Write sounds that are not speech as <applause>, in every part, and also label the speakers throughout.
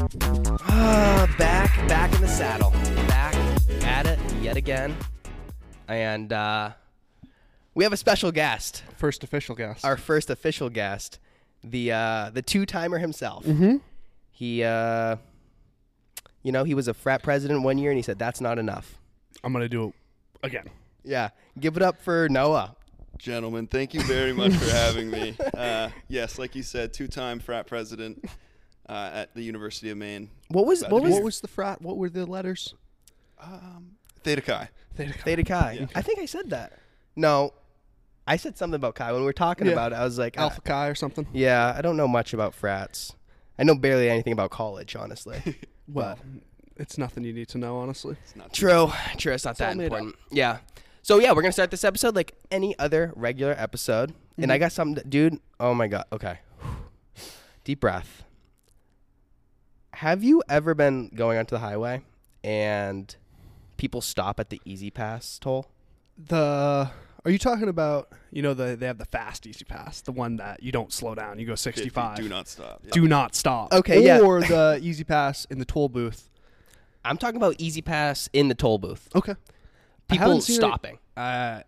Speaker 1: Ah, back, back in the saddle, back at it yet again, and uh, we have a special guest,
Speaker 2: First official guest.
Speaker 1: our first official guest, the uh, the two timer himself.
Speaker 2: Mm-hmm.
Speaker 1: He, uh, you know, he was a frat president one year, and he said that's not enough.
Speaker 2: I'm gonna do it again.
Speaker 1: Yeah, give it up for Noah.
Speaker 3: Gentlemen, thank you very much for
Speaker 1: <laughs>
Speaker 3: having me. Uh, yes, like you said, two-time frat president uh, at the University of Maine,
Speaker 1: What was what was,
Speaker 2: What was the frat? What were the letters?
Speaker 3: Theta Chi.
Speaker 2: Theta Chi.
Speaker 1: Theta Chi? I think I said that. No, I said something about Chi when we were talking
Speaker 2: Yeah.
Speaker 1: about it. I was like,
Speaker 2: Alpha
Speaker 1: I-
Speaker 2: Chi or something.
Speaker 1: Uh, Yeah, I don't know much about frats. I know barely anything about college,
Speaker 2: <laughs>
Speaker 1: honestly.
Speaker 2: Well, it's nothing you need to know, honestly.
Speaker 1: true, true. It's not that
Speaker 2: all made
Speaker 1: important. Yeah. So yeah, we're gonna start this episode like any other regular episode. And I
Speaker 2: Mm-hmm.
Speaker 1: got something, to, dude. Oh my god. Okay. <sighs> Deep breath. Have you ever been going onto the highway and people stop at the easy pass toll?
Speaker 2: The are you talking about? You know, the they have the fast easy pass, the one that you don't slow down, you go
Speaker 3: 50,
Speaker 2: 65.
Speaker 3: Do not stop. Yeah.
Speaker 2: Do not stop.
Speaker 1: Okay, yeah.
Speaker 2: Or the easy pass in the toll booth.
Speaker 1: I'm talking about easy pass in the toll booth.
Speaker 2: Okay. I haven't
Speaker 1: People
Speaker 2: seen it-
Speaker 1: stopping.
Speaker 2: Uh,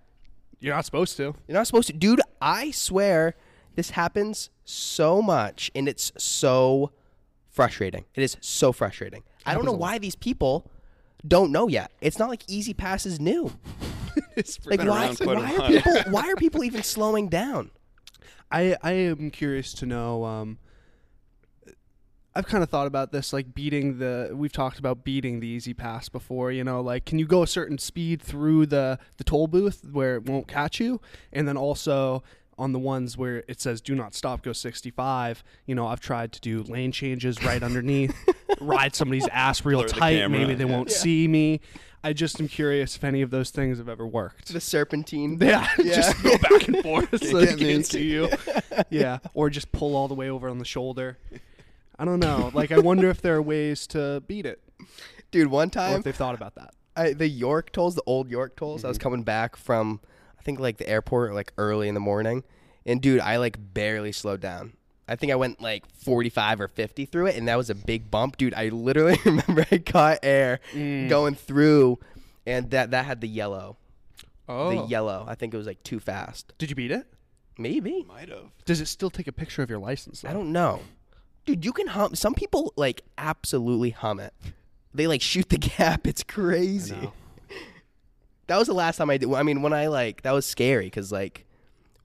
Speaker 2: you're not supposed to.
Speaker 1: You're not supposed to, dude. I swear, this happens so much, and it's so frustrating. It is so frustrating. I don't know why these people don't know yet. It's not like Easy Pass is new.
Speaker 2: It's
Speaker 1: Like
Speaker 3: been
Speaker 1: why?
Speaker 3: around quite a
Speaker 1: Why are
Speaker 3: while.
Speaker 1: people? Why are people even slowing down?
Speaker 2: I I am curious to know. Um, I've kind of thought about this, like beating the. We've talked about beating the easy pass before. You know, like can you go a certain speed through the the toll booth where it won't catch you, and then also on the ones where it says do not stop, go 65. You know, I've tried to do lane changes right
Speaker 3: <laughs>
Speaker 2: underneath, ride somebody's ass real
Speaker 3: Blur the
Speaker 2: tight.
Speaker 3: camera.
Speaker 2: Maybe they
Speaker 3: Yeah.
Speaker 2: won't see me. I just am curious if any of those things have ever worked.
Speaker 1: The serpentine.
Speaker 2: <laughs> Yeah, just go back and <laughs> forth so they
Speaker 3: get me.
Speaker 2: can't see you. <laughs> Yeah, or just pull all the way over on the shoulder. I don't know. Like, I wonder if there are ways to beat it,
Speaker 1: Dude, one
Speaker 2: or
Speaker 1: time
Speaker 2: if they've thought about that.
Speaker 1: I, the York tolls, the old York tolls. I was coming back from, I think like the airport, like early in the morning, and dude, I like barely slowed down. I think I went like 45 or 50 through it, and that was a big bump, dude. I literally <laughs> remember I caught air going through, and that that had the yellow,
Speaker 2: Oh.
Speaker 1: the yellow. I think it was like too fast,
Speaker 2: did you beat it?
Speaker 1: maybe.
Speaker 3: Might have.
Speaker 2: Does it still take a picture of your license? Though?
Speaker 1: I don't know, dude. You can hum. Some people like absolutely hum it. They like shoot the <laughs> gap. It's crazy.
Speaker 2: know.
Speaker 1: <laughs> That was the last time I did. well, I mean, when I like that was scary because like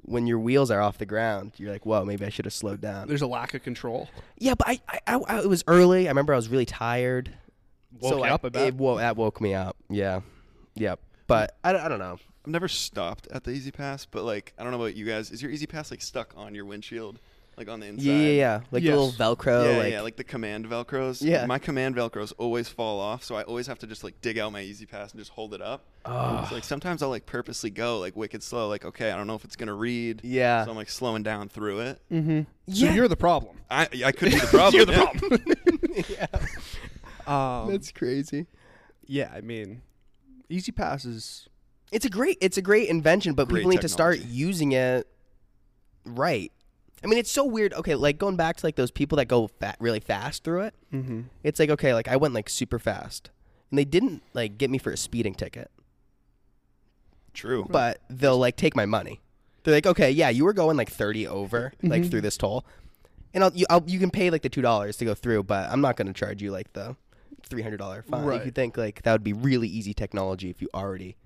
Speaker 1: when your wheels are off the ground, you're like, whoa, maybe I should have slowed down.
Speaker 2: There's a lack of control.
Speaker 1: Yeah, but I, I, I, I- it was early. I remember I was really tired.
Speaker 2: Woke you up a bit.
Speaker 1: It, wo- that woke me up. Yeah, yep. But I, don't- I don't know.
Speaker 3: I've never stopped at the Easy Pass, but like I don't know about you guys. Is your Easy Pass like stuck on your windshield, like on the inside?
Speaker 1: Yeah, yeah, yeah. Like
Speaker 2: Yes.
Speaker 1: little Velcro.
Speaker 3: Yeah,
Speaker 1: like,
Speaker 3: yeah, like the command velcros.
Speaker 1: Yeah.
Speaker 3: my command velcros always fall off, so I always have to just like dig out my easy pass and just hold it up. So, like sometimes I'll like purposely go like wicked slow, like okay, I don't know if it's gonna read.
Speaker 1: Yeah.
Speaker 3: so I'm like slowing down through it.
Speaker 2: So
Speaker 1: Yeah.
Speaker 2: you're the problem.
Speaker 3: I I
Speaker 2: <laughs>
Speaker 3: could be the problem.
Speaker 2: Mm. You're the
Speaker 3: yeah.
Speaker 1: <laughs>
Speaker 2: problem. yeah. Um,
Speaker 1: that's crazy.
Speaker 2: yeah, I mean, easy passes.
Speaker 1: It's a great it's a great invention, but
Speaker 3: Great
Speaker 1: people need to start
Speaker 3: technology.
Speaker 1: using it right. I mean, it's so weird. Okay, like going back to like those people that go fat really fast through it. Mm-hmm. It's like okay, like I went like super fast, and they didn't like get me for a speeding ticket,
Speaker 3: <laughs> True.
Speaker 1: but they'll like take my money. They're like, okay, yeah, you were going like thirty over like through this toll, and I'll you I'll, you can pay like the two dollars to go through, but I'm not going to charge you like the three hundred dollar fine. If
Speaker 2: Right.
Speaker 1: you think like that would be really easy technology if you already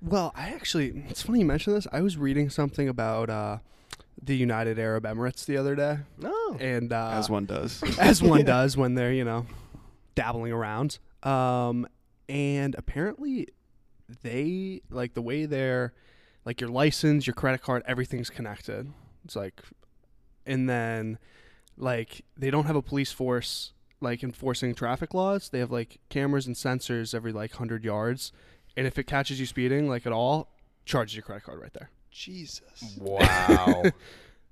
Speaker 2: Well, I actually, it's funny you mention this. I was reading something about uh, the United Arab Emirates the other day.
Speaker 1: no
Speaker 2: and uh,
Speaker 3: as
Speaker 2: <laughs>
Speaker 3: one does.
Speaker 1: <laughs>
Speaker 2: as one does when they're you know dabbling around. Um, and apparently, they like the way they're like your license, your credit card, everything's connected. It's like, and then like they don't have a police force like enforcing traffic laws. They have like cameras and sensors every like hundred yards, and if it catches you speeding like at all, charges your credit card right there. Mm.
Speaker 3: Jesus.
Speaker 1: wow.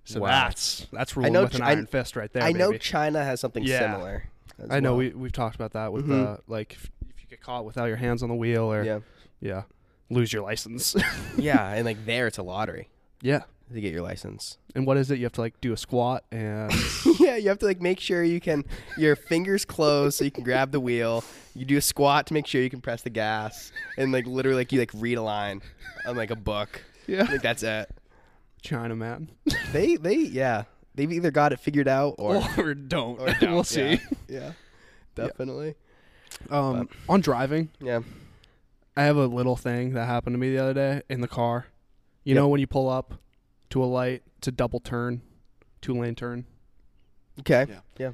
Speaker 2: So
Speaker 1: Wow.
Speaker 2: that's that's ruling
Speaker 1: know
Speaker 2: with an
Speaker 1: Ch- I-
Speaker 2: iron fist right there.
Speaker 1: I know
Speaker 2: baby.
Speaker 1: China has something
Speaker 2: Yeah.
Speaker 1: similar. as
Speaker 2: I know
Speaker 1: well. Mm-hmm.
Speaker 2: we we've talked about that with uh, like if, if you get caught without your hands on the <laughs> wheel or yeah,
Speaker 1: yeah,
Speaker 2: lose your license. <laughs>
Speaker 1: yeah, and like there it's a lottery.
Speaker 2: yeah.
Speaker 1: to get your license.
Speaker 2: And what is it? You have to like do a squat and
Speaker 1: <laughs> yeah, you have to like make sure you can your fingers closed so you can grab the wheel. You do a squat to make sure you can press the gas, and like literally like you like read a line on like a book.
Speaker 2: Yeah.
Speaker 1: like that's it.
Speaker 2: China man.
Speaker 1: They they yeah they've either got it figured out or
Speaker 2: <laughs>
Speaker 1: <laughs>
Speaker 2: Or, don't.
Speaker 1: or don't.
Speaker 2: we'll <laughs> see.
Speaker 1: Yeah, yeah. definitely.
Speaker 2: Um, on driving,
Speaker 1: Yeah.
Speaker 2: I have a little thing that happened to me the other day in the car. You
Speaker 1: Yep.
Speaker 2: know when you pull up to a light, it's a double turn, two lane turn.
Speaker 1: Okay.
Speaker 3: Yeah.
Speaker 1: yeah.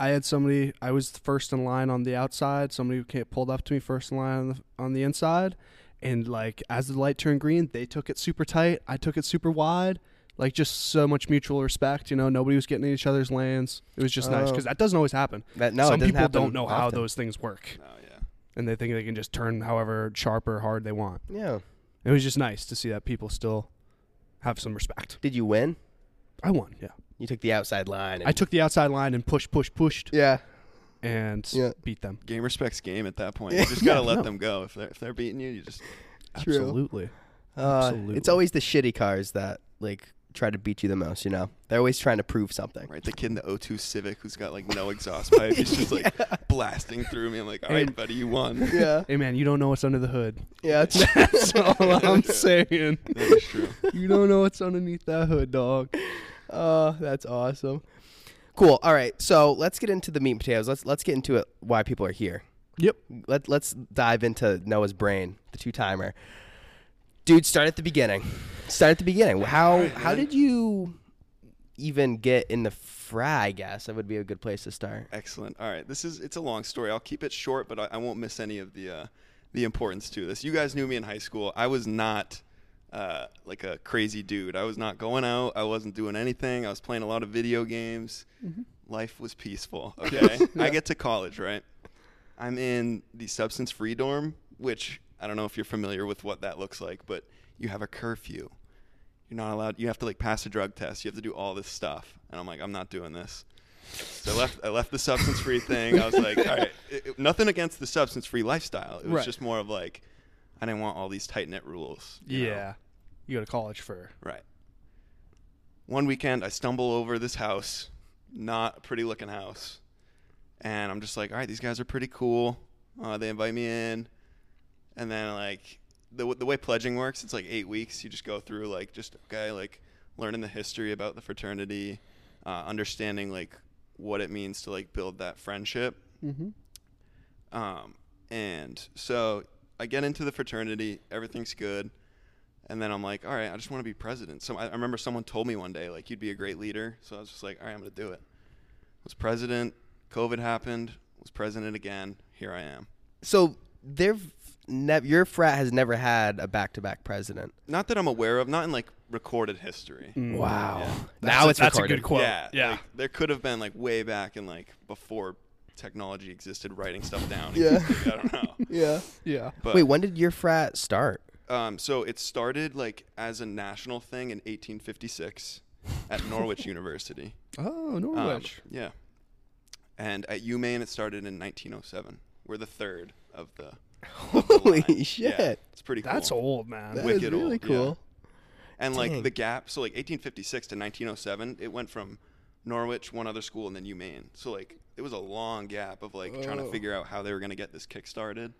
Speaker 2: I had somebody. I was first in line on the outside. Somebody ca- pulled up to me first in line on the on the inside, and like as the light turned green, they took it super tight. I took it super wide. Like just so much mutual respect. You know, nobody was getting in each other's lanes. It was just nice 'cause nice
Speaker 1: Oh.
Speaker 2: because that doesn't always happen.
Speaker 1: That no, it
Speaker 2: Some
Speaker 1: doesn't
Speaker 2: people don't
Speaker 1: happen
Speaker 2: know how
Speaker 1: often.
Speaker 2: those things work,
Speaker 3: No, Oh, yeah.
Speaker 2: and they think they can just turn however sharp or hard they want.
Speaker 1: Yeah.
Speaker 2: It was just nice to see that people still have some respect.
Speaker 1: Did you win?
Speaker 2: I won. Yeah,
Speaker 1: You took the outside line. And,
Speaker 2: I took the outside line and pushed, pushed, pushed,
Speaker 1: yeah.
Speaker 2: and
Speaker 1: Yeah.
Speaker 2: beat them.
Speaker 3: Game respects game at that point. You just gotta
Speaker 2: Yeah,
Speaker 3: let
Speaker 2: no.
Speaker 3: them go. If they're if they're beating you, you just
Speaker 1: True.
Speaker 2: Absolutely.
Speaker 1: Uh, it's
Speaker 2: Absolutely.
Speaker 1: always the shitty cars that like try to beat you the most. You know, they're always trying to prove something.
Speaker 3: right. The kid in the O2 Civic who's got like no
Speaker 2: <laughs>
Speaker 3: exhaust pipe. He's just like blasting through me. I'm like, all right,
Speaker 2: And-
Speaker 3: buddy, you won.
Speaker 1: Yeah.
Speaker 2: Hey man, you don't know what's under the
Speaker 3: <laughs>
Speaker 2: hood.
Speaker 1: Yeah. <laughs> It's,
Speaker 2: That's all I'm saying.
Speaker 3: That is true.
Speaker 2: You don't know what's underneath that hood, dog.
Speaker 1: uh, that's awesome. Cool. All right. So let's get into the meat and potatoes. Let's let's get into it. Why people are here.
Speaker 2: Yep.
Speaker 1: Let Let's dive into Noah's brain, the two timer. Dude, start at the beginning. Start at the beginning. How how did you even get in the fry? I guess that would be a good place to start.
Speaker 3: Excellent. All right, this is it's a long story. I'll keep it short, but I, I won't miss any of the uh, the importance to this. You guys knew me in high school. I was not uh, like a crazy dude. I was not going out. I wasn't doing anything. I was playing a lot of video games. Life was peaceful. Okay, I get to college, right? I'm in the substance free dorm, which I don't know if you're familiar with what that looks like, but you have a curfew. You're not allowed. You have to like pass a drug test. You have to do all this stuff, and I'm like, I'm not doing this. So I left. I left the substance free thing. I was like, all right, <laughs> it- it- nothing against the substance free lifestyle. It was
Speaker 2: Right.
Speaker 3: just more of like, I didn't want all these tight knit rules. you know?
Speaker 2: Yeah. You go to college for
Speaker 3: Right. One weekend, I stumble over this house, not a pretty looking house. And I'm just like, all right, these guys are pretty cool. Uh, they invite me in. And then, like, the, w- the way pledging works, it's like eight weeks. You just go through, like, just, okay, like, learning the history about the fraternity, uh, understanding, like, what it means to, like, build that friendship. Um, and so I get into the fraternity, everything's good. And then I'm like, all right, I just want to be president. So I, I remember someone told me one day, like, you'd be a great leader. So I was just like, all right, I'm going to do it. Was president. COVID happened. Was president again. Here I am.
Speaker 1: So they've nev- your frat has never had a back to back president.
Speaker 3: Not that I'm aware of, not in like recorded history.
Speaker 1: Wow.
Speaker 2: That's
Speaker 1: Now
Speaker 2: a-
Speaker 1: it's
Speaker 2: that's a
Speaker 1: recorded.
Speaker 2: good quote.
Speaker 3: Yeah.
Speaker 2: yeah.
Speaker 3: like, there could have been like way back in like before technology existed, writing stuff down. <laughs>
Speaker 1: Yeah.
Speaker 3: I don't
Speaker 1: <laughs>
Speaker 3: know.
Speaker 1: Yeah.
Speaker 2: Yeah.
Speaker 3: But
Speaker 1: Wait, when did your frat
Speaker 2: <laughs>
Speaker 1: start?
Speaker 3: Um, so it started like as a national thing in 1856 at
Speaker 1: <laughs>
Speaker 3: Norwich University.
Speaker 2: Oh,
Speaker 3: Um,
Speaker 2: Norwich.
Speaker 3: yeah. And at UMaine, it started in 1907. We're the third of the. of
Speaker 1: <laughs>
Speaker 3: the
Speaker 1: Holy
Speaker 3: line.
Speaker 1: shit.
Speaker 3: Yeah, it's pretty cool.
Speaker 2: That's old, man.
Speaker 1: That is
Speaker 3: Wicked
Speaker 1: really
Speaker 3: old, yeah.
Speaker 1: cool.
Speaker 3: And
Speaker 1: Dang.
Speaker 3: like the gap, so like 1856 to 1907, it went from Norwich, one other school, and then UMaine. So like it was a long gap of like trying to
Speaker 1: Whoa.
Speaker 3: figure out how they were going to get this kick started.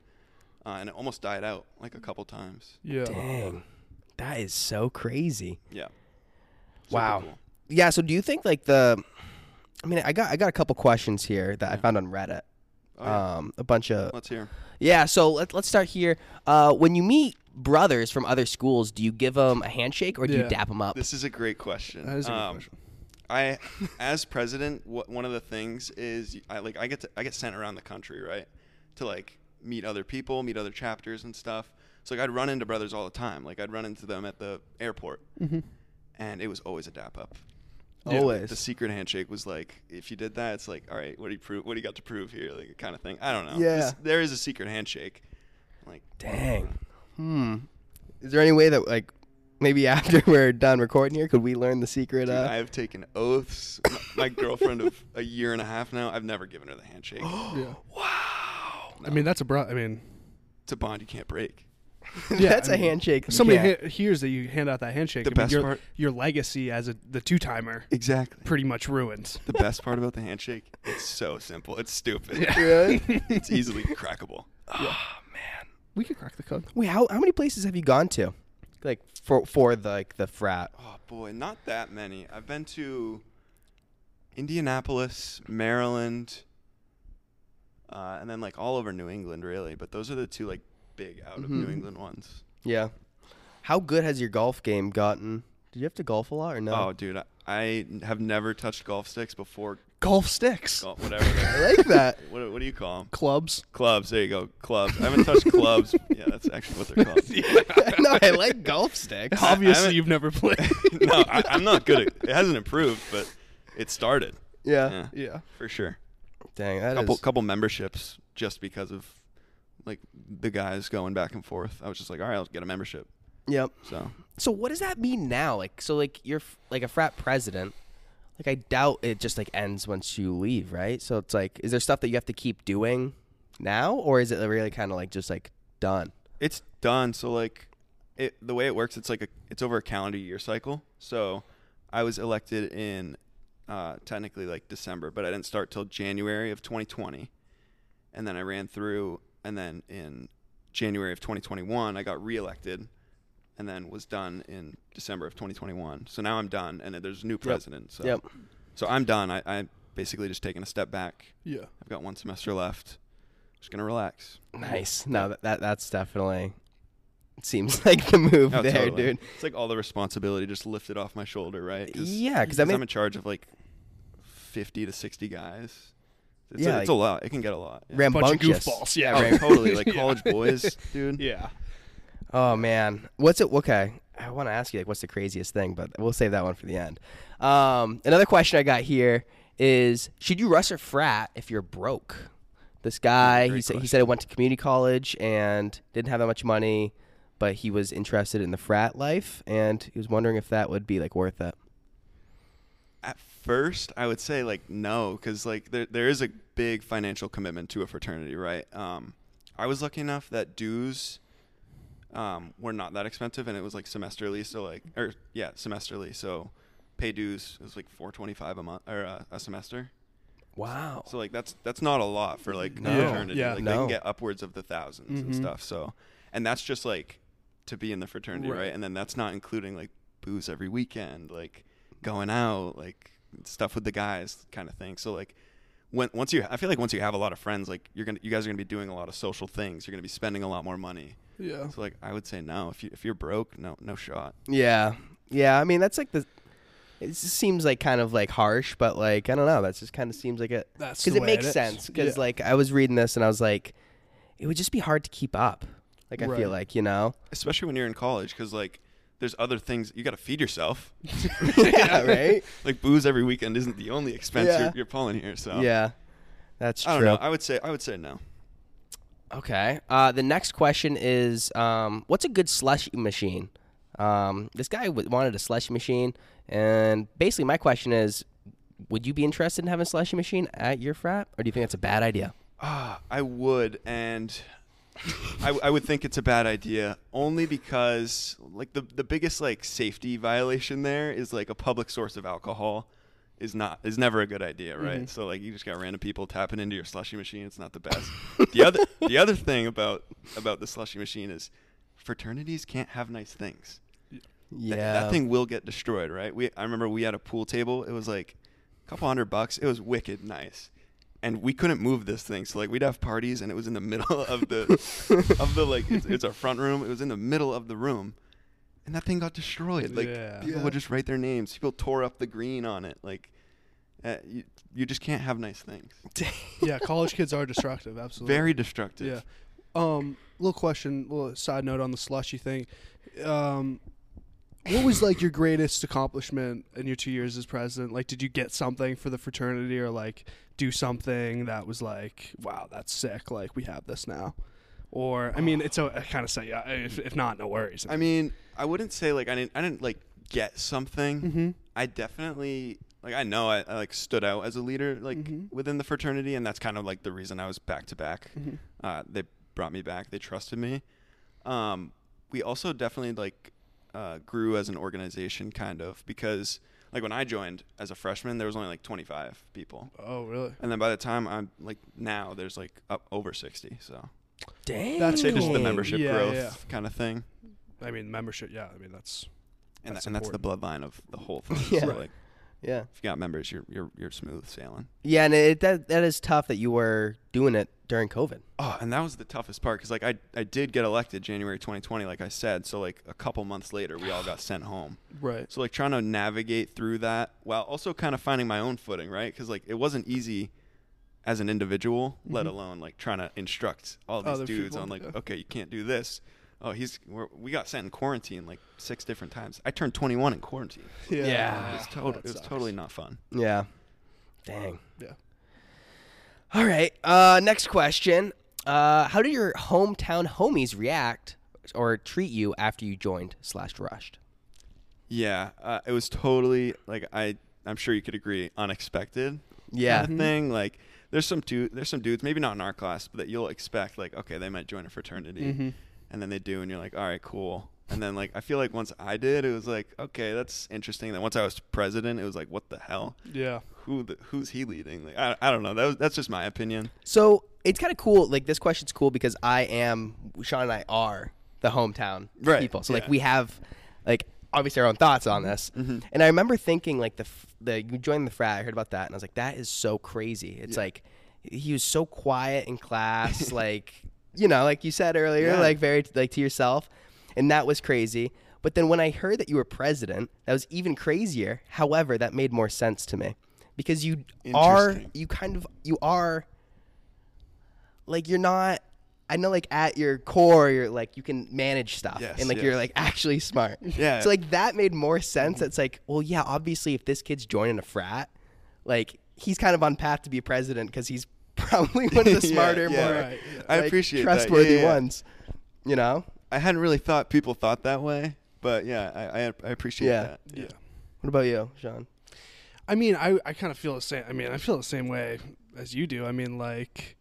Speaker 3: Uh, and it almost died out like a couple times.
Speaker 2: yeah.
Speaker 1: Dang. That is so crazy.
Speaker 3: Yeah. Super
Speaker 1: Wow.
Speaker 3: cool.
Speaker 1: Yeah, so do you think like the I mean, I got I got a couple questions here that I found on Reddit.
Speaker 3: Oh, yeah.
Speaker 1: Um a bunch of
Speaker 3: Let's hear.
Speaker 1: Yeah, so let, let's start here. Uh when you meet brothers from other schools, do you give them a handshake or do
Speaker 2: Yeah.
Speaker 1: you dap them up?
Speaker 3: This is a great question.
Speaker 2: That is a good
Speaker 3: Um,
Speaker 2: question.
Speaker 3: I, as president, wh- one of the things is I like I get to, I get sent around the country, right, to like meet other people, meet other chapters and stuff. So like I'd run into brothers all the time. Like I'd run into them at the airport,
Speaker 2: Mm-hmm.
Speaker 3: and it was always a dap up.
Speaker 2: yeah,
Speaker 1: Always.
Speaker 3: The secret handshake was like, if you did that, it's like, all right, what do you prove? What do you got to prove here? Like kind of thing. I don't know.
Speaker 1: Yeah.
Speaker 3: Just- there is a secret handshake. Like
Speaker 1: Dang. Hmm. Is there any way that like maybe <laughs> after we're done recording here, could we learn the secret?
Speaker 3: Dude,
Speaker 1: uh,
Speaker 3: I've taken oaths. My, my girlfriend of a year and a half now, I've never given her the <gasps> handshake.
Speaker 2: Wow. I mean, that's a bro. I mean,
Speaker 3: It's a bond you can't break.
Speaker 1: <laughs>
Speaker 2: Yeah,
Speaker 1: That's
Speaker 2: I mean,
Speaker 1: a handshake. you
Speaker 2: Somebody
Speaker 1: can't.
Speaker 2: ha- hears that you hand out that handshake. I
Speaker 3: The
Speaker 2: mean,
Speaker 3: best
Speaker 2: your,
Speaker 3: part-
Speaker 2: your legacy as a, the two timer
Speaker 3: Exactly.
Speaker 2: pretty much ruined.
Speaker 3: The best part about the handshake, it's so simple. It's stupid. <laughs>
Speaker 1: Really?
Speaker 3: it's easily crackable.
Speaker 2: We could crack the code.
Speaker 1: Wait, how, how many places have you gone to? Like for for the like the frat.
Speaker 3: Oh boy, not that many. I've been to Indianapolis, Maryland, uh, and then like all over New England, really. But those are the two like big out of New England ones.
Speaker 1: Yeah. How good has your golf game gotten? Did you have to golf a lot or no?
Speaker 3: Oh, dude, I, I have never touched golf sticks before.
Speaker 2: Golf sticks,
Speaker 3: Golf, <laughs> whatever. they're-
Speaker 1: I like that. <laughs>
Speaker 3: what, what do you call them?
Speaker 2: clubs.
Speaker 3: Clubs. There you go. Clubs. I haven't touched clubs. Yeah, that's actually what they're called.
Speaker 1: no, I
Speaker 3: <laughs>
Speaker 1: like golf sticks.
Speaker 3: I
Speaker 2: Obviously,
Speaker 3: haven't-
Speaker 2: you've never played.
Speaker 3: <laughs> no, I, I'm not good. At, it hasn't improved, but it started.
Speaker 1: Yeah.
Speaker 3: Yeah,
Speaker 2: yeah.
Speaker 3: for sure.
Speaker 1: Dang, that is.
Speaker 3: couple couple memberships just because of like the guys going back and forth. I was just like, all right, I'll get a membership.
Speaker 1: Yep.
Speaker 3: So
Speaker 1: So what does that mean now? Like so like you're f- like a frat president. Like I doubt it just like ends once you leave, right? So it's like is there stuff that you have to keep doing now or is it really kind of like just like done?
Speaker 3: it's done. So like, it the way it works, it's like a it's over a calendar year cycle. So I was elected in uh, technically like December, but I didn't start till January of 2020, and then I ran through, and then in January of 2021, I got reelected. And then was done in December of 2021. So now I'm done, and there's a new president. So
Speaker 1: Yep.
Speaker 3: So I'm done. I, I'm basically just taking a step back.
Speaker 2: Yeah.
Speaker 3: I've got one semester left. Just gonna relax.
Speaker 1: Nice. No, that, that that's definitely seems <laughs> like the move
Speaker 3: Oh,
Speaker 1: there,
Speaker 3: totally.
Speaker 1: dude.
Speaker 3: It's like all the responsibility just lifted off my shoulder, right?
Speaker 1: Yeah, 'cause I mean-
Speaker 3: am in charge of like 50 to 60 guys. It's,
Speaker 1: Yeah,
Speaker 3: a, it's
Speaker 1: like-
Speaker 3: a lot. It can get a lot. Yeah.
Speaker 2: Bunch of
Speaker 1: Rambunctious.
Speaker 2: goofballs. Yeah.
Speaker 3: Oh,
Speaker 1: <laughs>
Speaker 2: right. <laughs>
Speaker 3: totally. Like
Speaker 2: Yeah.
Speaker 3: college boys, dude.
Speaker 2: Yeah.
Speaker 1: Oh man, what's it? Okay, I want to ask you like, what's the craziest thing? But we'll save that one for the end. Um, another question I got here is: Should you rush a frat if you're broke? This guy, he said, he said he went to community college and didn't have that much money, but he was interested in the frat life, and he was wondering if that would be like worth it.
Speaker 3: At first, I would say like no, because like there, there is a big financial commitment to a fraternity, right? Um, I was lucky enough that dues um, were not that expensive, and it was like semesterly, so like or yeah, semesterly, so pay dues was like four twenty five a month or uh, a semester.
Speaker 1: Wow.
Speaker 3: So like that's that's not a lot for like
Speaker 1: No.
Speaker 3: a fraternity.
Speaker 2: Yeah. Mm-hmm.
Speaker 3: like they
Speaker 1: No.
Speaker 3: can get upwards of the 1000s and stuff. So and that's just like to be in the fraternity,
Speaker 2: Right.
Speaker 3: right. And then that's not including like booze every weekend, like going out, like stuff with the guys kind of thing. So like when once you I feel like once you have a lot of friends, like you're going to you guys are going to be doing a lot of social things. You're going to be spending a lot more money.
Speaker 2: Yeah.
Speaker 3: So like I would say no. If you if you're broke, no no shot.
Speaker 1: Yeah, yeah. I mean, that's like the. It just seems like kind of like harsh, but like I don't know. That just kind of seems like it.
Speaker 2: That's
Speaker 1: because
Speaker 2: the
Speaker 1: it
Speaker 2: way
Speaker 1: makes
Speaker 2: it is.
Speaker 1: sense. Because
Speaker 2: Yeah.
Speaker 1: like I was reading this and I was like, it would just be hard to keep up. Like I
Speaker 2: Right.
Speaker 1: feel like you
Speaker 2: <laughs>
Speaker 1: know.
Speaker 3: Especially when you're in college cuz like there's other things you got to feed yourself.
Speaker 1: yeah. <laughs> Right.
Speaker 3: like booze every weekend isn't the only expense
Speaker 1: Yeah.
Speaker 3: you're, you're pulling here. So
Speaker 1: Yeah. That's
Speaker 3: I
Speaker 1: true.
Speaker 3: don't know. I would say I would say no.
Speaker 1: Okay. Uh, the next question is, um, what's a good slushy machine? Um, this guy w- wanted a slushy machine, and basically my question is, would you be interested in having a slushy machine at your frat, or do you think that's a bad idea?
Speaker 3: Ah, I would, and I, I would think it's a bad idea only because like the the biggest like safety violation there is like a public source of alcohol is not is never a good idea, right?
Speaker 1: Mm-hmm.
Speaker 3: So like you just got random people tapping into your slushy machine. It's not the best. the other the other thing about about the slushy machine is fraternities can't have nice things.
Speaker 1: Yeah.
Speaker 3: Th- that thing will get destroyed, right? We I remember we had a pool table. It was like a couple hundred bucks. It was wicked nice, and we couldn't move this thing. So like we'd have parties, and it was in the middle <laughs> of the of the like it's, it's our front room. It was in the middle of the room, and that thing got destroyed. Like
Speaker 2: Yeah.
Speaker 3: people would just write their names. People tore up the green on it. Like uh, you you just can't have nice things.
Speaker 2: Yeah. College kids are destructive. Absolutely.
Speaker 3: Very destructive.
Speaker 2: Yeah. Um, little question, little side note on the slushy thing. Um, what was like your greatest accomplishment in your two years as president? Like, did you get something for the fraternity, or like do something that was like, wow, that's sick? Like, we have this now. Or I mean, it's a I kind of say, yeah. If, if not, no worries.
Speaker 3: I mean, I wouldn't say like I didn't I didn't like get something.
Speaker 2: Mm-hmm.
Speaker 3: I definitely like I know I, I like stood out as a leader like
Speaker 2: Mm-hmm.
Speaker 3: within the fraternity, and that's kind of
Speaker 2: Mm-hmm.
Speaker 3: like the reason I was back to back. Uh, They brought me back. They trusted me. Um, we also definitely like uh, grew as an organization, kind of because like when I joined as a freshman, there was only like 25 people,
Speaker 2: Oh, really?
Speaker 3: and then by the time I'm like now, there's like up over 60. So
Speaker 1: Dang.
Speaker 2: That's
Speaker 3: it's just the
Speaker 2: Dang.
Speaker 3: membership
Speaker 2: Yeah,
Speaker 3: growth
Speaker 2: yeah.
Speaker 3: kind of thing,
Speaker 2: I mean, membership. Yeah, I mean that's
Speaker 3: and
Speaker 2: That's
Speaker 3: that's, and that's the bloodline of the
Speaker 2: <laughs>
Speaker 3: whole thing.
Speaker 1: Yeah.
Speaker 3: So
Speaker 1: Right.
Speaker 3: like
Speaker 1: Yeah.
Speaker 3: if you got members, you're you're you're smooth sailing.
Speaker 1: Yeah, and it, that that is tough that you were doing it during COVID.
Speaker 3: Oh, and that was the toughest part because like I I did get elected January 2020, like I said. So like a couple months later, we all got sent home.
Speaker 2: right.
Speaker 3: So like trying to navigate through that while also kind of finding my own footing, right? Because like it wasn't easy as an individual, let alone like trying to instruct all these
Speaker 2: Mm-hmm. Other
Speaker 3: dudes
Speaker 2: people,
Speaker 3: on like,
Speaker 2: yeah.
Speaker 3: okay, you can't do this. Oh, he's we're, we got sent in quarantine like six different times. I turned 21 in quarantine.
Speaker 2: Yeah.
Speaker 1: Yeah.
Speaker 2: <sighs>
Speaker 3: It was, total,
Speaker 2: that
Speaker 3: it was
Speaker 2: sucks.
Speaker 3: totally not fun.
Speaker 1: Yeah. Dang.
Speaker 2: Yeah.
Speaker 1: All right. Uh, next question. Uh, how did your hometown homies react or treat you after you joined slash rushed?
Speaker 3: Yeah, uh, it was totally like I. I'm sure you could agree, unexpected.
Speaker 1: Yeah.
Speaker 3: kinda thing. Like there's some dude, there's some dudes, maybe not in our class, but that you'll expect like okay, they might join a fraternity,
Speaker 1: Mm-hmm.
Speaker 3: and then they do, and you're like, all right, cool. And then like I feel like once I did, it was like okay, that's interesting. Then once I was president, it was like what the hell?
Speaker 2: Yeah.
Speaker 3: Who the, who's he leading? Like I, I don't know. That was, that's just my opinion.
Speaker 1: So it's kind of cool. Like this question's cool because I am Sean and I are the hometown
Speaker 3: Right,
Speaker 1: people. So like
Speaker 3: yeah. Mm-hmm.
Speaker 1: we have like obviously our own thoughts on this. And I remember thinking like the f- the you joined the frat. I heard about that and I was like that is so crazy. It's like he was so quiet in
Speaker 3: <laughs>
Speaker 1: class. like you know, like you said earlier,
Speaker 3: Yeah.
Speaker 1: like very like to yourself, and that was crazy. But then when I heard that you were president, that was even crazier. However, that made more sense to me because you are
Speaker 3: Interesting.
Speaker 1: you kind of you are like you're not I know like at your core you're like you can manage stuff
Speaker 3: Yes,
Speaker 1: and like you're
Speaker 3: yes.
Speaker 1: like actually smart.
Speaker 3: <laughs> Yeah.
Speaker 1: So like that made more sense. It's like, well yeah, obviously if this kid's joining a frat, like he's kind of on path to be president cuz he's <laughs> probably one of the
Speaker 3: <laughs> Yeah,
Speaker 1: smarter
Speaker 3: yeah.
Speaker 1: more
Speaker 2: Right, yeah.
Speaker 3: I
Speaker 1: like,
Speaker 3: appreciate that. Yeah,
Speaker 1: trustworthy
Speaker 3: yeah, yeah.
Speaker 1: ones. You know?
Speaker 3: I hadn't really thought people thought that way, but yeah, I I, I appreciate
Speaker 1: Yeah.
Speaker 3: that.
Speaker 2: Yeah.
Speaker 1: What about you, Sean?
Speaker 2: I mean, I, I kind of feel the same. I mean, I feel the same way as you do. I mean, like,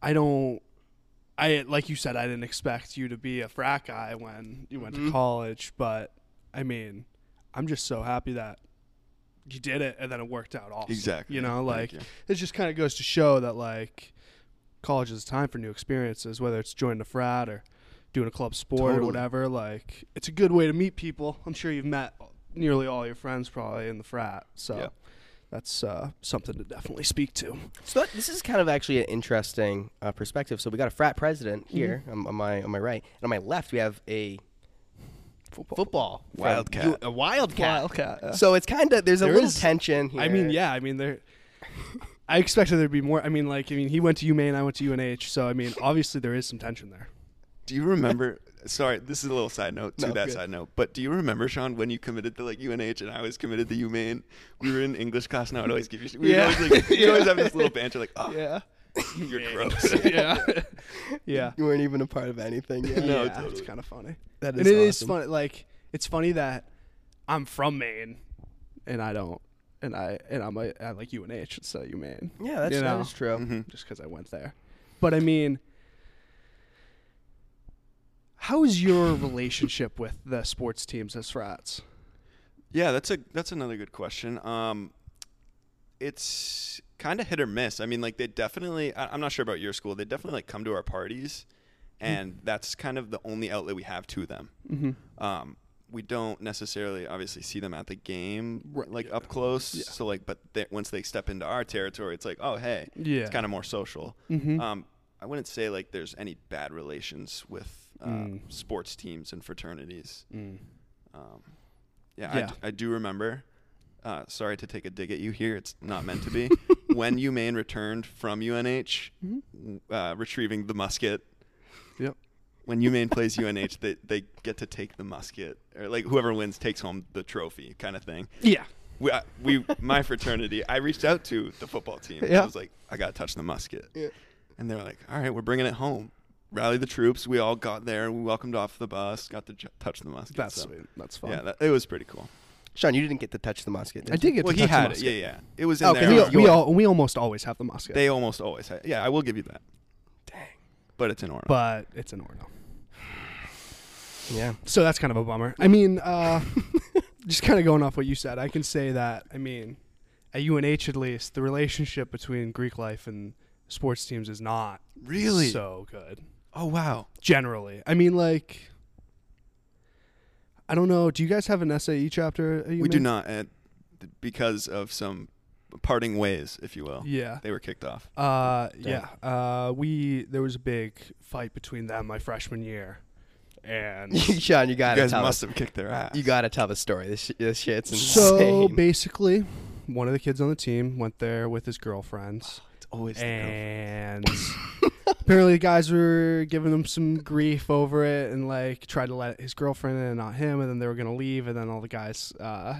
Speaker 2: I don't. I like you said, I didn't expect you to be a frat guy when you went
Speaker 3: Mm-hmm.
Speaker 2: to college, but I mean, I'm just so happy that you did it and then it worked out. Awesome.
Speaker 3: Exactly.
Speaker 2: You know,
Speaker 3: Thank
Speaker 2: like
Speaker 3: you.
Speaker 2: it just kind of goes to show that like college is a time for new experiences, whether it's joining a frat or doing a club sport or
Speaker 3: Totally.
Speaker 2: whatever. Like it's a good way to meet people. I'm sure you've met nearly all your friends probably in the frat, so
Speaker 3: Yeah.
Speaker 2: that's uh, something to definitely speak to.
Speaker 1: So that, this is kind of actually an interesting uh, perspective. So we got a frat president
Speaker 2: Mm-hmm.
Speaker 1: here on, on my on my right, and on my left we have a football, from
Speaker 3: Wildcat.
Speaker 1: U- a wildcat.
Speaker 2: Wildcat, yeah.
Speaker 1: So it's kind of there's a
Speaker 2: There
Speaker 1: little
Speaker 2: is-
Speaker 1: tension. Here.
Speaker 2: I mean, yeah, I mean there. I expected there'd be more. I mean, like, I mean, he went to UMaine, I went to UNH, so I mean, obviously there is some tension there.
Speaker 3: Do you remember? sorry, this is a little side note to
Speaker 1: No,
Speaker 3: that
Speaker 1: good.
Speaker 3: side note. But do you remember, Sean, when you committed to like UNH and I was committed to UMaine? We were in English class, and I would always give you. sh- We
Speaker 2: Yeah.
Speaker 3: yeah. always like we always have this little banter, like, oh,
Speaker 2: Yeah,
Speaker 3: you're
Speaker 2: <laughs>
Speaker 3: gross.
Speaker 2: yeah, yeah.
Speaker 1: you weren't even a part of anything. Yeah.
Speaker 3: No,
Speaker 2: yeah, it's
Speaker 3: totally.
Speaker 2: kind of funny.
Speaker 1: That
Speaker 2: and
Speaker 1: is
Speaker 2: it is
Speaker 1: awesome.
Speaker 2: funny. Like it's funny that I'm from Maine, and I don't, and I and I'm a, I like UNH instead of UMaine.
Speaker 1: Yeah, that's
Speaker 2: you know, Mm-hmm.
Speaker 1: that is true.
Speaker 2: just because I went there. But I mean, how is your relationship with the sports teams as frats?
Speaker 3: Yeah, that's a that's another good question. Um, it's kind of hit or miss. I mean, like they definitely. I, I'm not sure about your school. They definitely like come to our parties,
Speaker 2: Mm-hmm.
Speaker 3: and that's kind of the only outlet we have to them.
Speaker 2: Mm-hmm.
Speaker 3: Um, we don't necessarily obviously see them at the game
Speaker 2: Right,
Speaker 3: like up close. So like, but they, once they step into our territory, it's like, oh hey,
Speaker 2: Yeah. Mm-hmm.
Speaker 3: it's kind of more social. Um, I wouldn't say like there's any bad relations with uh,
Speaker 2: Mm.
Speaker 3: sports teams and fraternities. Um, yeah, I
Speaker 2: Yeah.
Speaker 3: d- I, do remember. Uh, sorry to take a dig at you here. It's not meant to be.
Speaker 2: <laughs>
Speaker 3: when UMaine returned from UNH,
Speaker 2: Mm-hmm.
Speaker 3: w- uh, retrieving the musket.
Speaker 2: Yep.
Speaker 3: When UMaine plays UNH, they, they get to take the musket, or like whoever wins takes home the trophy, kind of thing.
Speaker 2: Yeah.
Speaker 3: We, I, we
Speaker 2: <laughs>
Speaker 3: my fraternity, I reached out to the football team.
Speaker 2: Yeah.
Speaker 3: I was like, I gotta touch the musket. And they're like, All right, we're bringing it home. Rally the troops. We all got there. We welcomed off the bus. Got to j- touch the musket.
Speaker 2: That's
Speaker 3: so,
Speaker 2: sweet. That's fun.
Speaker 3: Yeah, that, it was pretty cool.
Speaker 1: Sean, you didn't get to touch the musket.
Speaker 2: I did
Speaker 1: you?
Speaker 2: get.
Speaker 3: well,
Speaker 2: to
Speaker 3: he
Speaker 2: touch the
Speaker 3: had it.
Speaker 2: musket.
Speaker 3: Yeah, yeah. It was in
Speaker 2: Oh, 'cause
Speaker 3: there.
Speaker 2: we,
Speaker 1: Yours.
Speaker 2: we all we almost always have the musket,
Speaker 3: they almost always had. Yeah, I will give you that.
Speaker 1: Dang.
Speaker 3: But it's in Orno.
Speaker 2: but it's an Orno.
Speaker 1: Yeah.
Speaker 2: So that's kind of a bummer. I mean, uh, <laughs> just kind of going off what you said, I can say that, I mean, at UNH at least, the relationship between Greek life and sports teams is not
Speaker 3: Really?
Speaker 2: so good.
Speaker 3: Oh wow.
Speaker 2: Generally. I mean, like, I don't know. Do you guys have an SAE chapter? at
Speaker 3: we do
Speaker 2: UMaine?
Speaker 3: not at, because of some parting ways, if you will.
Speaker 2: Yeah.
Speaker 3: They were kicked off.
Speaker 2: Uh,
Speaker 1: Yeah.
Speaker 2: yeah. Uh, we there was a big fight between them my freshman year,
Speaker 3: <laughs>
Speaker 2: and
Speaker 1: <laughs> Sean, you
Speaker 3: You
Speaker 1: gotta
Speaker 3: guys
Speaker 1: tell
Speaker 3: must
Speaker 1: us.
Speaker 3: have kicked their ass.
Speaker 1: You gotta tell the story. This sh- this shit's
Speaker 2: so
Speaker 1: insane.
Speaker 2: basically, one of the kids on the team went there with his girlfriends,
Speaker 3: It's always the girl.
Speaker 2: and apparently the guys were giving him some grief over it, and like tried to let his girlfriend in, not him, and then they were gonna leave, and then all the guys uh,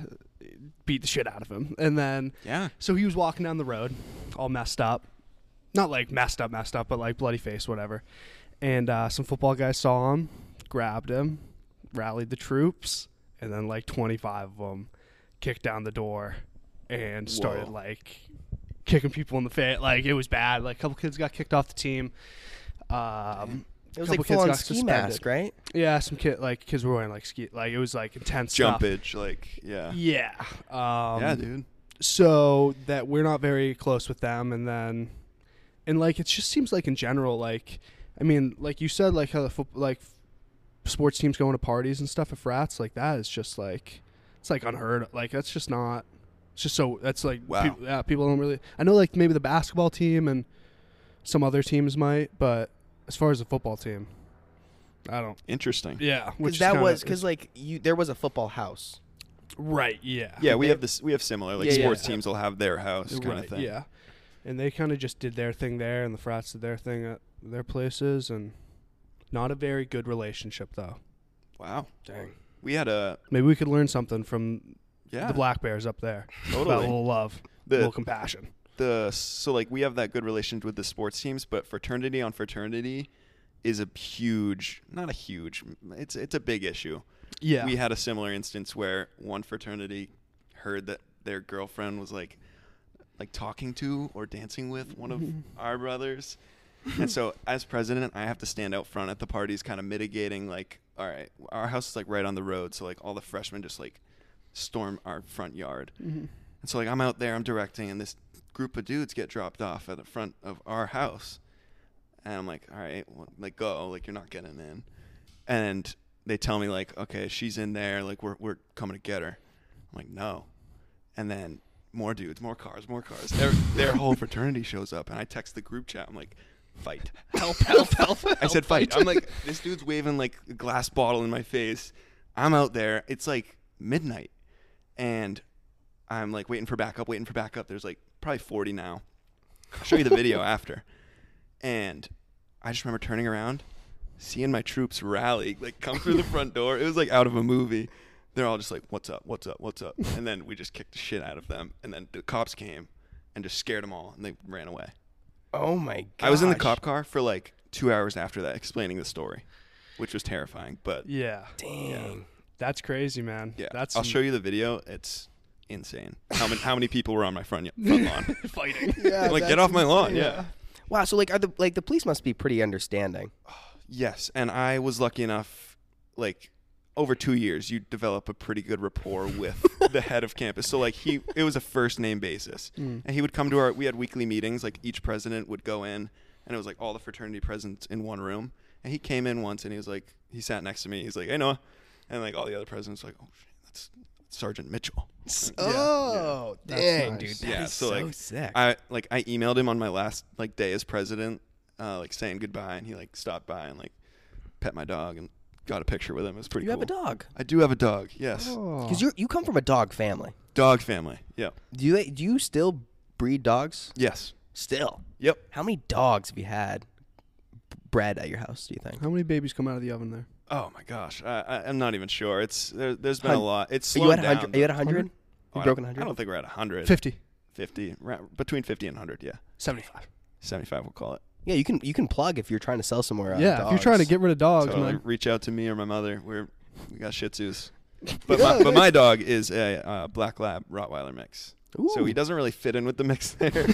Speaker 2: beat the shit out of him, and then
Speaker 3: Yeah.
Speaker 2: So he was walking down the road, all messed up. Not like messed up, messed up, but like bloody face, whatever. And uh, some football guys saw him, grabbed him, rallied the troops, and then like 25 of them kicked down the door and started
Speaker 3: Whoa.
Speaker 2: like kicking people in the face. Like it was bad. Like a couple kids got kicked off the team. Um,
Speaker 1: it was
Speaker 2: couple
Speaker 1: like
Speaker 2: kids
Speaker 1: full on
Speaker 2: got
Speaker 1: ski
Speaker 2: suspended.
Speaker 1: mask, right?
Speaker 2: Yeah, some kid like kids were wearing like ski. Like it was like intense stuff.
Speaker 3: Jumpage, like yeah.
Speaker 2: Yeah. Um,
Speaker 3: yeah, dude.
Speaker 2: so that we're not very close with them and then and like it just seems like in general like i mean like you said like how the foot like sports teams going to parties and stuff at frats like that is just like it's like unheard like that's just not it's just so that's like
Speaker 3: Wow.
Speaker 2: peop- yeah, people don't really i know like maybe the basketball team and some other teams might but as far as the football team i don't
Speaker 3: Interesting.
Speaker 2: yeah which
Speaker 1: Because
Speaker 2: is
Speaker 1: that
Speaker 2: kinda-
Speaker 1: was because like you, there was a football house.
Speaker 2: right yeah
Speaker 3: Yeah, we have this. We have similar. Like
Speaker 1: Yeah, yeah.
Speaker 3: sports teams will have their house kind of thing.
Speaker 2: Yeah, and they kind of just did their thing there, and the frats did their thing at their places, and not a very good relationship though.
Speaker 3: Wow.
Speaker 1: Dang.
Speaker 3: We had a
Speaker 2: Maybe we could learn something from
Speaker 3: yeah.
Speaker 2: the Black Bears up there. About a
Speaker 3: totally.
Speaker 2: little love, a
Speaker 3: The
Speaker 2: little compassion.
Speaker 3: the so like we have that good relationship with the sports teams, but fraternity on fraternity is a huge, not a huge. It's it's a big issue.
Speaker 2: Yeah,
Speaker 3: We had a similar instance where one fraternity heard that their girlfriend was like like talking to or dancing with one of our brothers. and so as president, I have to stand out front at the parties kind of mitigating like all right, our house is like right on the road, so like all the freshmen just like storm our front yard. And so like I'm out there, I'm directing and this group of dudes get dropped off at the front of our house. And I'm like, all right, well, like go, like you're not getting in. And they tell me like, okay, she's in there, like we're we're coming to get her. I'm like, no. And then more dudes, more cars, more cars. Their their whole fraternity shows up, and I text the group chat. I'm like, fight, help, help,
Speaker 1: <laughs>
Speaker 3: help. I said fight. I'm like, this dude's waving like a glass bottle in my face. I'm out there. It's like midnight, and I'm like waiting for backup, waiting for backup. There's like probably 40 now. I'll show you the <laughs> video after. And I just remember turning around, seeing my troops rally, like come through the front door. It was like out of a movie. They're all just like, "What's up? What's up? What's up?" And then we just kicked the shit out of them. And then the cops came and just scared them all, and they ran away.
Speaker 1: Oh my god.
Speaker 3: I was in the cop car for like two hours after that, explaining the story, which was terrifying. But
Speaker 2: yeah,
Speaker 1: Dang.
Speaker 2: that's crazy, man.
Speaker 3: yeah,
Speaker 2: that's
Speaker 3: I'll show you the video. It's insane. How many how many people were on my front, y- front lawn?
Speaker 1: <laughs>
Speaker 2: fighting.
Speaker 3: like, get off my lawn. yeah.
Speaker 1: Wow. So like, are the like the police must be pretty understanding.
Speaker 3: Yes, and I was lucky enough, like over two years, you develop a pretty good
Speaker 1: <laughs>
Speaker 3: rapport with the head of campus. So like he, it was a first name basis,
Speaker 1: Mm.
Speaker 3: and he would come to our. We had weekly meetings. Like each president would go in, and it was like all the fraternity presidents in one room. And he came in once, and he was like, he sat next to me. He's like, "Hey Noah," and like all the other presidents were like, "Oh shit, that's Sergeant Mitchell."
Speaker 1: oh,
Speaker 2: That's
Speaker 1: dang,
Speaker 2: nice.
Speaker 1: dude. That
Speaker 3: Yeah,
Speaker 1: is
Speaker 3: so,
Speaker 1: so,
Speaker 3: like,
Speaker 1: sick.
Speaker 3: I like I emailed him on my last like day as president, uh, like saying goodbye, and he like stopped by and like pet my dog and got a picture with him. It was pretty.
Speaker 1: you have a
Speaker 3: cool.
Speaker 1: dog. Oh.
Speaker 3: I do have a dog. Yes,
Speaker 2: Oh.
Speaker 1: Because you you come from a dog family.
Speaker 3: dog family. Yeah.
Speaker 1: Do you do you still breed dogs?
Speaker 3: Yes.
Speaker 1: Still.
Speaker 3: Yep.
Speaker 1: How many dogs have you had bred at your house? Do you think?
Speaker 2: How many babies come out of the oven there?
Speaker 3: Oh my gosh, I, I, I'm not even sure. It's there, there's been
Speaker 1: Hun-
Speaker 3: a lot. It's
Speaker 1: Are you
Speaker 3: slowed
Speaker 1: at
Speaker 3: down.
Speaker 1: hundred? Are you at hundred?
Speaker 2: Hundred?
Speaker 3: though. Oh,
Speaker 1: You
Speaker 3: I
Speaker 1: broken
Speaker 3: don't-
Speaker 1: hundred?
Speaker 3: I don't think we're at 100.
Speaker 2: 50,
Speaker 3: 50, ra- between 50 and 100. Yeah,
Speaker 2: 75.
Speaker 3: 75 we'll call it.
Speaker 1: Yeah, you can you can plug if you're trying to sell somewhere. on
Speaker 2: yeah, if you're trying to
Speaker 1: Uh, dogs.
Speaker 2: get rid of dogs,
Speaker 3: Totally.
Speaker 2: man.
Speaker 3: Reach out to me or my mother. We're
Speaker 1: <laughs>
Speaker 3: we got Shih Tzus, but my, but my dog is a uh, black lab Rottweiler mix. So he
Speaker 1: Ooh.
Speaker 3: doesn't really fit in with
Speaker 1: <laughs>
Speaker 3: the mix there. <laughs>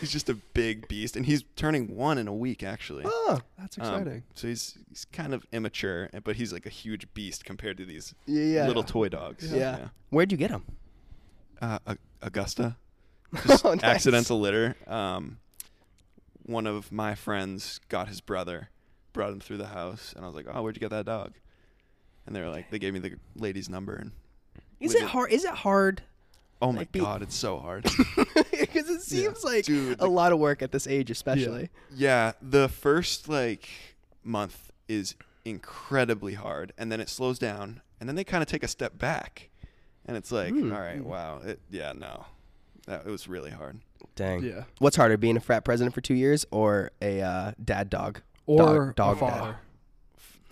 Speaker 3: he's just a big beast, and he's turning one in a week, actually.
Speaker 1: Oh,
Speaker 2: That's
Speaker 3: Um,
Speaker 2: exciting.
Speaker 3: so he's he's kind of immature, and- but he's like a huge beast compared to these
Speaker 1: yeah, yeah.
Speaker 3: little toy dogs.
Speaker 1: Yeah. Where'd you get him?
Speaker 3: Uh, Au-
Speaker 1: <laughs>
Speaker 3: Augusta, just
Speaker 1: Oh, nice.
Speaker 3: accidental litter. Um, one of my friends got his brother, brought him through the house, and I was like, "Oh, where'd you get that dog?" And they were like, they gave me the lady's number, and
Speaker 1: Is
Speaker 3: With
Speaker 1: it
Speaker 3: it-
Speaker 1: hard? Is it <laughs> hard?
Speaker 3: oh my
Speaker 1: Like be-
Speaker 3: god, it's
Speaker 1: <coughs>
Speaker 3: so hard.
Speaker 1: Because it seems like
Speaker 3: Dude,
Speaker 1: a
Speaker 3: the-
Speaker 1: lot of work at this age, especially.
Speaker 3: Yeah, the first like month is incredibly hard, and then it slows down, and then they kind of take a step back, and it's like,
Speaker 1: Hmm.
Speaker 3: all right, wow, it, yeah, no, that it was really hard.
Speaker 1: Dang.
Speaker 2: Yeah.
Speaker 1: What's harder, being a frat president for two years or a uh, dad dog?
Speaker 2: Or
Speaker 1: dog, dog
Speaker 2: a
Speaker 1: dad?
Speaker 2: father.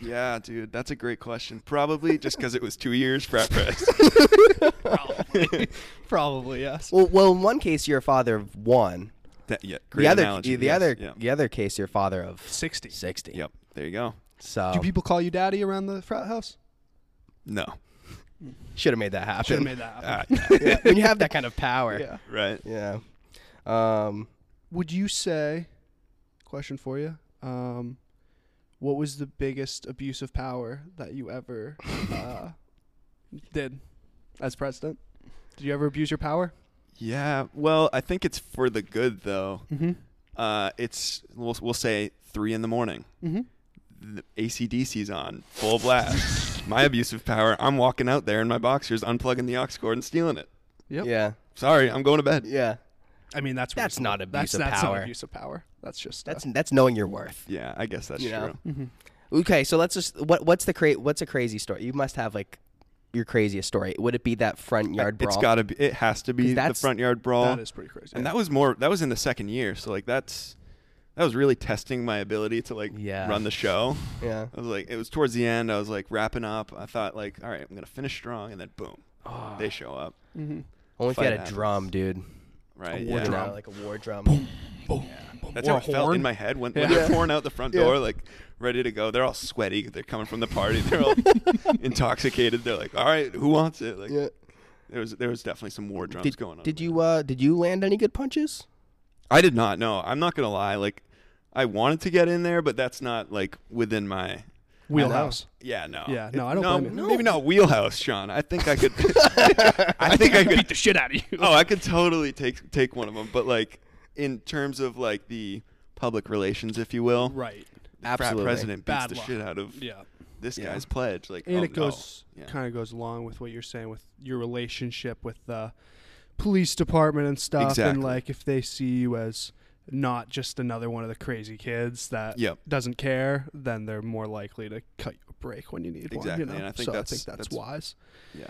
Speaker 3: Yeah, dude, that's a great question. Probably just because it was two years frat
Speaker 1: <laughs>
Speaker 3: press.
Speaker 2: Probably. Probably, yes.
Speaker 1: Well, well, in one case you're a father of one.
Speaker 3: That- yeah,
Speaker 1: the
Speaker 3: great
Speaker 1: other,
Speaker 3: analogy,
Speaker 1: the
Speaker 3: yes,
Speaker 1: other,
Speaker 3: yeah.
Speaker 1: the other case you're a father of
Speaker 2: 60.
Speaker 1: sixty.
Speaker 3: yep, there you go.
Speaker 1: So
Speaker 2: Do people call you daddy around the frat house?
Speaker 1: <laughs>
Speaker 3: No,
Speaker 1: should have made that happen. <laughs>
Speaker 2: Should have made that happen.
Speaker 1: Uh,
Speaker 3: Ah, yeah,
Speaker 1: Yeah, when you have that kind of power.
Speaker 2: Yeah.
Speaker 3: right.
Speaker 1: Yeah. Um,
Speaker 2: Would you say, question for you, um, what was the biggest abuse of power that you ever <laughs> uh, did as president? Did you ever abuse your power?
Speaker 3: Yeah, well, I think it's for the good though.
Speaker 2: Mm-hmm.
Speaker 3: Uh, it's we'll, we'll say three in the morning.
Speaker 2: Mm-hmm.
Speaker 3: the ACDC's on full blast. my abusive power. I'm walking out there in my boxers, unplugging the aux cord and stealing it.
Speaker 2: Yep.
Speaker 1: Yeah.
Speaker 3: Sorry, I'm going to bed.
Speaker 1: Yeah.
Speaker 2: I mean, that's
Speaker 1: That's
Speaker 2: reasonable.
Speaker 1: not abuse
Speaker 2: that's,
Speaker 1: of
Speaker 2: that's
Speaker 1: power.
Speaker 2: Not abuse of power. That's just
Speaker 1: That's that's knowing your worth.
Speaker 3: Yeah, I guess that's
Speaker 1: You know?
Speaker 3: true.
Speaker 2: mm-hmm.
Speaker 1: Okay, so let's just what what's the cra- what's a crazy story? You must have like your craziest story. Would it be that front yard brawl?
Speaker 3: It's got to be. It has to be the
Speaker 1: that's-
Speaker 3: front yard brawl.
Speaker 2: uh, that is pretty crazy.
Speaker 3: and that was more. That was in the second year. So like that's that was really testing my ability to like
Speaker 1: Yeah.
Speaker 3: run the show.
Speaker 1: yeah.
Speaker 3: I was like, it was towards the end. I was like wrapping up. I thought like, all right, I'm gonna finish strong, and then boom,
Speaker 2: Ah.
Speaker 3: they show up.
Speaker 2: mm-hmm.
Speaker 1: Only if you
Speaker 3: fight
Speaker 1: had a
Speaker 3: happens.
Speaker 1: drum, dude.
Speaker 3: Right.
Speaker 2: war
Speaker 3: yeah.
Speaker 1: You know,
Speaker 2: drum.
Speaker 1: like a war drum.
Speaker 2: boom,
Speaker 3: That's
Speaker 2: or
Speaker 3: how
Speaker 2: a
Speaker 3: it felt
Speaker 2: horn.
Speaker 3: in my head when, when
Speaker 2: Yeah.
Speaker 3: they're pouring out the front
Speaker 2: Yeah.
Speaker 3: door, like ready to go. They're all sweaty. They're coming from the party.
Speaker 2: <laughs>
Speaker 3: They're all intoxicated. They're like, "All right, who wants it?" Like, there was there was definitely some war drums
Speaker 1: Did,
Speaker 3: going on.
Speaker 1: did you uh did you land any good punches?
Speaker 3: I did not. No, I'm not gonna lie. Like, I wanted to get in there, but that's not like within my.
Speaker 2: wheelhouse.
Speaker 3: Yeah, no.
Speaker 2: Yeah,
Speaker 3: It-
Speaker 2: no, I don't
Speaker 3: no,
Speaker 2: blame you.
Speaker 3: Maybe not wheelhouse, Sean. I think <laughs> I could. I think I could
Speaker 2: Beat the shit out of you.
Speaker 3: <laughs>
Speaker 2: <laughs>
Speaker 3: Oh, I could totally take take one of them, but like in terms of like the public relations, if you will,
Speaker 2: right.
Speaker 3: the frat
Speaker 1: Absolutely.
Speaker 3: president beats
Speaker 2: Bad
Speaker 3: the
Speaker 2: luck.
Speaker 3: shit out of
Speaker 2: Yeah.
Speaker 3: this
Speaker 1: Yeah.
Speaker 3: guy's pledge. Like,
Speaker 2: and
Speaker 3: oh,
Speaker 2: it goes
Speaker 3: no. Yeah.
Speaker 2: kind of goes along with what you're saying with your relationship with the police department and stuff
Speaker 3: Exactly.
Speaker 2: and like if they see you as not just another one of the crazy kids that
Speaker 3: Yep.
Speaker 2: doesn't care then they're more likely to cut you a break when you need one
Speaker 3: Exactly,
Speaker 2: you know?
Speaker 3: and I think
Speaker 2: so
Speaker 3: that's-
Speaker 2: i think that's,
Speaker 3: that's-
Speaker 2: wise
Speaker 3: yeah,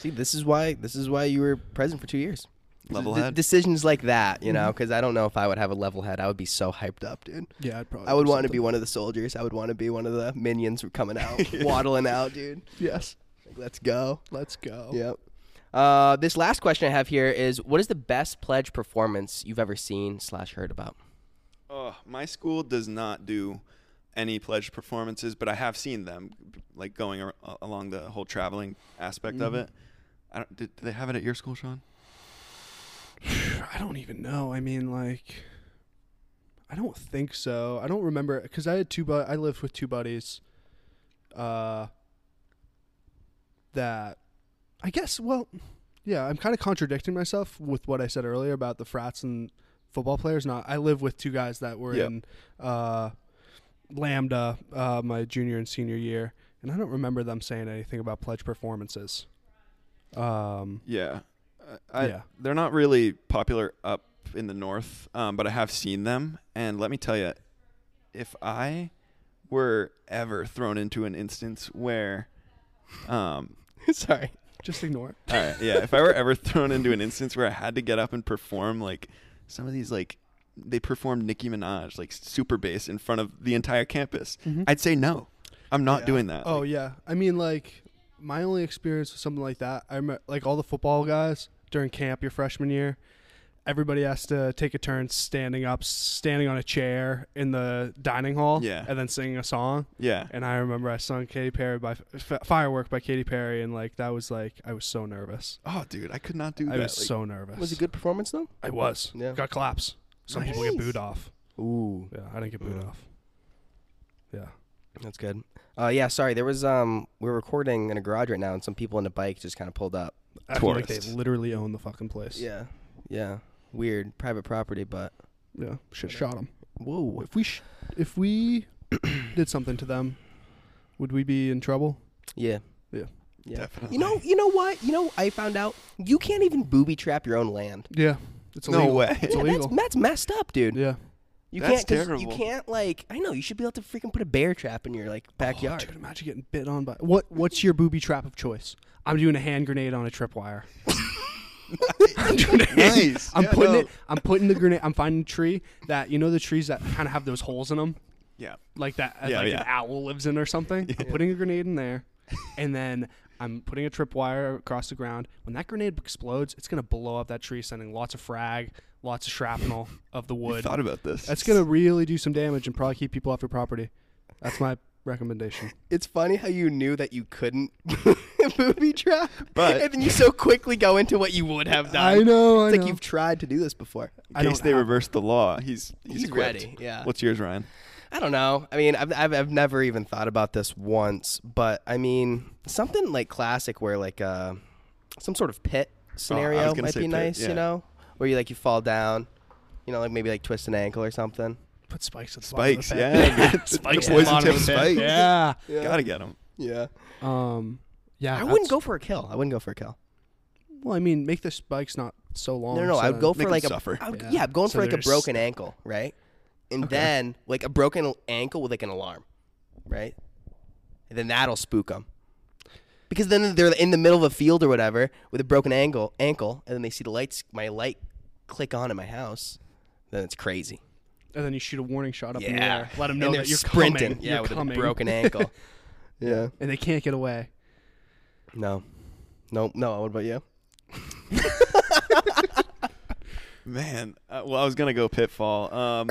Speaker 1: See, this is why this is why you were president for two years.
Speaker 3: level
Speaker 1: D-
Speaker 3: head.
Speaker 1: decisions like that, you
Speaker 2: Mm-hmm.
Speaker 1: know, because I don't know if I would have a level head. I would be so hyped up, dude.
Speaker 2: yeah i'd probably
Speaker 1: I would
Speaker 2: do
Speaker 1: want to be
Speaker 2: something.
Speaker 1: one of the soldiers. I would want to be one of the minions who are coming
Speaker 3: <laughs>
Speaker 1: out, waddling out, dude.
Speaker 2: yes
Speaker 1: Like, let's go.
Speaker 2: let's go
Speaker 1: Yep. Uh, this last question I have here is: What is the best pledge performance you've ever seen slash heard about? <laughs>
Speaker 3: oh, my school does not do any pledge performances, but I have seen them, like going ar- along the whole traveling aspect
Speaker 2: Mm-hmm.
Speaker 3: of it. I don't, did, did they have it at your school, Sean?
Speaker 2: I don't even know. I mean, like, I don't think so. I don't remember because I had two. Bu- I lived with two buddies. Uh, that, I guess. Well, yeah, I'm kind of contradicting myself with what I said earlier about the frats and football players. Not, I live with two guys that were
Speaker 3: Yeah.
Speaker 2: in uh, Lambda uh, my junior and senior year, and I don't remember them saying anything about pledge performances. Um,
Speaker 3: Yeah. I,
Speaker 2: Yeah.
Speaker 3: They're not really popular up in the north, um, but I have seen them. And let me tell you, if I were ever thrown into an instance where,
Speaker 2: <laughs>
Speaker 3: um,
Speaker 1: Sorry.
Speaker 2: just ignore it.
Speaker 3: all right, yeah, if I were ever thrown into an instance where I had to get up and perform like some of these, like they performed Nicki Minaj, like super bass in front of the entire campus, I'd say no. I'm not
Speaker 2: Mm-hmm. Yeah.
Speaker 3: doing that.
Speaker 2: Oh
Speaker 3: Like,
Speaker 2: yeah, I mean like my only experience with something like that. I remember like all the football guys during camp your freshman year. everybody has to take a turn standing up, standing on a chair in the dining hall,
Speaker 3: Yeah.
Speaker 2: and then singing a song.
Speaker 3: Yeah.
Speaker 2: And I remember I sung Katy Perry by F- Firework by Katy Perry, and like that was like I was so nervous.
Speaker 3: Oh, dude, I could not do
Speaker 2: I
Speaker 3: that.
Speaker 2: was
Speaker 3: like-
Speaker 2: so nervous.
Speaker 1: Was it good performance though?
Speaker 2: I was.
Speaker 1: Yeah.
Speaker 2: Got claps. Some people get
Speaker 1: Nice.
Speaker 2: booed off.
Speaker 1: Ooh,
Speaker 2: Yeah, I didn't get booed
Speaker 3: Mm.
Speaker 2: off. Yeah.
Speaker 1: that's good. Uh, yeah, sorry. There was um, we we're recording in a garage right now, and some people on a bike just kind of pulled up.
Speaker 2: I feel like they
Speaker 3: Tourists.
Speaker 2: literally own the fucking place.
Speaker 1: Yeah, yeah. Weird private property, but
Speaker 2: Yeah. Should have shot them.
Speaker 1: whoa.
Speaker 2: If we sh- if we <clears throat> did something to them, would we be in trouble?
Speaker 1: Yeah.
Speaker 2: Yeah.
Speaker 1: Yeah.
Speaker 3: Definitely.
Speaker 1: You know, you know what? You know, I found out you can't even booby trap your own land.
Speaker 2: Yeah. It's
Speaker 3: no
Speaker 2: illegal.
Speaker 3: way.
Speaker 2: It's <laughs>
Speaker 1: yeah,
Speaker 2: illegal.
Speaker 1: That's, that's messed up, dude.
Speaker 2: Yeah.
Speaker 1: You
Speaker 3: That's
Speaker 1: can't 'cause you
Speaker 3: terrible.
Speaker 1: can't like I know you should be able to freaking put a bear trap in your like backyard.
Speaker 2: Dude, imagine getting bit on by what? What's your booby trap of choice? I'm doing a hand grenade on a tripwire. I'm doing a hand-
Speaker 3: <laughs> Nice.
Speaker 2: I'm
Speaker 3: Yeah,
Speaker 2: putting
Speaker 3: no.
Speaker 2: it. I'm putting the grenade. I'm finding a tree that you know the trees that kind of have those holes in them,
Speaker 3: Yeah.
Speaker 2: like that uh,
Speaker 3: Yeah,
Speaker 2: like
Speaker 3: yeah.
Speaker 2: an owl lives in or something. I'm putting a grenade in there, and then I'm putting a tripwire across the ground. When that grenade explodes, it's gonna blow up that tree, sending lots of frag, lots of shrapnel of the wood.
Speaker 3: Thought about this.
Speaker 2: That's gonna really do some damage and probably keep people off your property. That's my recommendation.
Speaker 1: It's funny how you knew that you couldn't <laughs> booby trap,
Speaker 3: But-
Speaker 1: and then you so quickly go into what you would have done.
Speaker 2: I know. I
Speaker 1: It's
Speaker 2: know.
Speaker 1: like you've tried to do this before.
Speaker 2: I
Speaker 3: In case
Speaker 2: don't
Speaker 3: they
Speaker 2: have-
Speaker 3: reverse the law, he's he's,
Speaker 1: He's
Speaker 3: equipped.
Speaker 1: ready, yeah.
Speaker 3: What's yours, Ryan?
Speaker 1: I don't know. I mean, I've, I've I've never even thought about this once, but I mean, something like classic where like uh, some sort of pit scenario
Speaker 3: Oh, gonna
Speaker 1: might
Speaker 3: say
Speaker 1: be
Speaker 3: pit,
Speaker 1: nice,
Speaker 3: yeah.
Speaker 1: you know, where you like you fall down, you know, like maybe like twist an ankle or something.
Speaker 2: Put spikes. At the
Speaker 3: Spikes,
Speaker 2: bottom of the <laughs>
Speaker 3: yeah.
Speaker 2: pit.
Speaker 3: The
Speaker 2: spikes.
Speaker 1: poison
Speaker 2: at the bottom
Speaker 1: tip
Speaker 2: of the pit. <laughs>
Speaker 3: spikes.
Speaker 2: Yeah.
Speaker 3: Gotta get him.
Speaker 1: Yeah,
Speaker 2: Um. Yeah.
Speaker 1: I wouldn't
Speaker 2: that's-
Speaker 1: go for a kill. I wouldn't go for a kill.
Speaker 2: Well, I mean, make the spikes not so long.
Speaker 1: No, no, no.
Speaker 2: so
Speaker 1: I would
Speaker 2: then-
Speaker 1: go
Speaker 3: Make
Speaker 1: for
Speaker 3: 'em
Speaker 1: like a
Speaker 3: suffer.
Speaker 1: I would-
Speaker 2: Yeah.
Speaker 1: yeah. I'm going
Speaker 2: So
Speaker 1: for like a
Speaker 2: they're just-
Speaker 1: broken ankle, right? And
Speaker 2: Okay.
Speaker 1: then like a broken ankle with like an alarm, right? And then that'll spook them. Because then they're in the middle of a field or whatever with a broken ankle, ankle, and then they see the lights, my light, click on in my house. Then it's crazy.
Speaker 2: and then you shoot a warning shot up in the
Speaker 1: Yeah.
Speaker 2: air. Let them
Speaker 1: And
Speaker 2: know
Speaker 1: they're
Speaker 2: that you're
Speaker 1: sprinting.
Speaker 2: coming.
Speaker 1: Yeah,
Speaker 2: you're
Speaker 1: with
Speaker 2: coming.
Speaker 1: a broken
Speaker 2: <laughs>
Speaker 1: ankle. yeah.
Speaker 2: and they can't get away.
Speaker 1: No. No. No. What about you?
Speaker 3: Man, uh, well, I was gonna go pitfall. Um,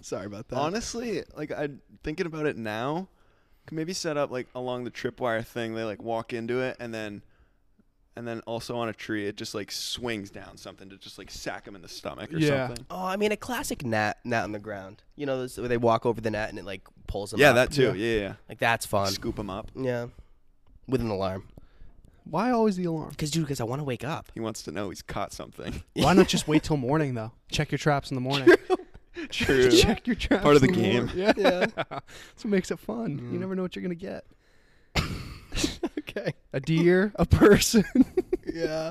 Speaker 1: Sorry about that.
Speaker 3: honestly, like I'm thinking about it now, could maybe set up like along the tripwire thing. They like walk into it and then, and then also on a tree, it just like swings down something to just like sack them in the stomach or
Speaker 2: Yeah.
Speaker 3: something.
Speaker 1: Oh, I mean, a classic gnat, gnat on the ground. You know, this, where they walk over the gnat and it like pulls them.
Speaker 3: Yeah,
Speaker 1: up.
Speaker 3: that too.
Speaker 2: Yeah.
Speaker 3: Yeah, yeah. yeah.
Speaker 1: like that's fun.
Speaker 3: Scoop him up.
Speaker 1: Yeah. With an alarm.
Speaker 2: Why always the
Speaker 1: <laughs>
Speaker 2: alarm?
Speaker 1: Because, dude, because I want to wake up.
Speaker 3: He wants to know he's caught something. <laughs>
Speaker 2: Why not just wait till morning though? Check your traps in the morning. <laughs>
Speaker 3: True.
Speaker 2: Check your traps.
Speaker 3: Part of
Speaker 2: in
Speaker 3: the game.
Speaker 2: morning. Yeah. That's what makes it fun. You
Speaker 1: Yeah.
Speaker 2: never know what you're gonna get.
Speaker 1: okay.
Speaker 2: A deer, a person. <laughs>
Speaker 1: Yeah.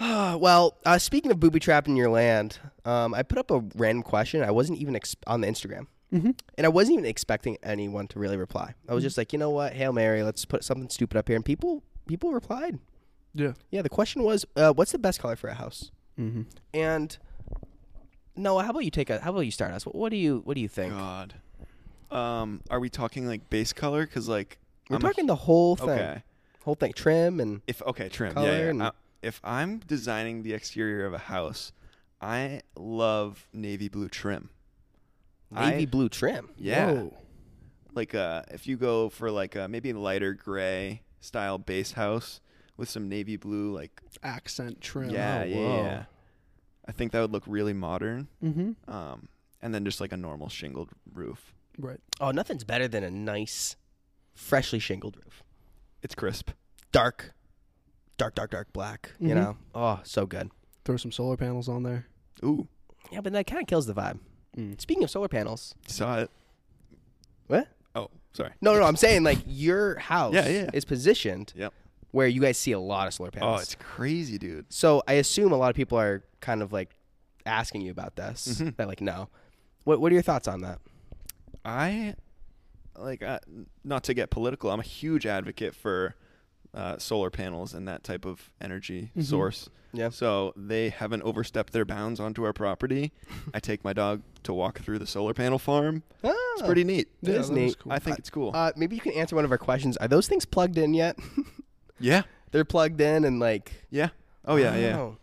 Speaker 1: <sighs> well, uh, speaking of booby trapping your land, um, I put up a random question. I wasn't even ex- on the Instagram.
Speaker 2: Mhm.
Speaker 1: And I wasn't even expecting anyone to really reply. I was just like, you know what? Hail Mary, let's put something stupid up here. And people people replied.
Speaker 2: Yeah.
Speaker 1: Yeah, the question was, uh, what's the best color for a house?
Speaker 2: Mm-hmm.
Speaker 1: And Noah, how about you take a how about you start us? What, what do you what do you think?
Speaker 3: God. Um, are we talking like base color? Because like
Speaker 1: We're
Speaker 3: I'm a-
Speaker 1: talking the whole thing.
Speaker 3: okay.
Speaker 1: Whole thing. Trim and
Speaker 3: If okay, trim.
Speaker 1: Color
Speaker 3: yeah, yeah.
Speaker 1: and-
Speaker 3: I- if I'm designing the exterior of a house, I love navy blue trim.
Speaker 1: navy
Speaker 3: I-
Speaker 1: blue trim.
Speaker 3: Yeah. Like uh, if you go for like uh, maybe lighter gray style base house with some navy blue, like
Speaker 2: Accent trim.
Speaker 3: yeah,
Speaker 1: Oh,
Speaker 3: yeah,
Speaker 1: whoa.
Speaker 3: yeah. I think that would look really modern.
Speaker 2: Mm-hmm.
Speaker 3: Um, and then just like a normal shingled roof.
Speaker 2: Right.
Speaker 1: Oh, nothing's better than a nice, freshly shingled roof.
Speaker 3: It's crisp.
Speaker 1: Dark, dark, dark, dark black.
Speaker 2: Mhm.
Speaker 3: Mm-hmm.
Speaker 1: You know, oh, so good.
Speaker 2: Throw some solar panels on there.
Speaker 3: Ooh,
Speaker 1: Yeah, but that kind of kills the vibe.
Speaker 2: Mm.
Speaker 1: Speaking of solar panels,
Speaker 3: saw it.
Speaker 1: What?
Speaker 3: Oh, sorry.
Speaker 1: no, no, I'm saying like your house
Speaker 3: <laughs> Yeah, yeah.
Speaker 1: is positioned
Speaker 3: Yep.
Speaker 1: where you guys see a lot of solar
Speaker 3: Oh,
Speaker 1: panels.
Speaker 3: it's crazy, dude.
Speaker 1: so I assume a lot of people are kind of like asking you about this.
Speaker 2: Mm-hmm.
Speaker 3: Mhm.
Speaker 1: That like, no, what what are your thoughts on that?
Speaker 3: I like uh, not to get political. I'm a huge advocate for uh, solar panels and that type of energy
Speaker 2: Mhm.
Speaker 3: source.
Speaker 1: Mm-hmm. Yeah.
Speaker 3: So they haven't overstepped their bounds onto
Speaker 1: <laughs>
Speaker 3: our property. I take my dog to walk through the solar panel farm. It's
Speaker 1: Ah.
Speaker 3: pretty neat.
Speaker 1: Yeah, is
Speaker 2: that looks
Speaker 1: neat.
Speaker 2: cool.
Speaker 3: I think it's cool.
Speaker 1: Uh, maybe you can answer one of our questions. Are those things plugged in yet? <laughs>
Speaker 3: yeah.
Speaker 1: They're plugged in and like.
Speaker 3: Yeah. Oh yeah, yeah.
Speaker 1: Wow.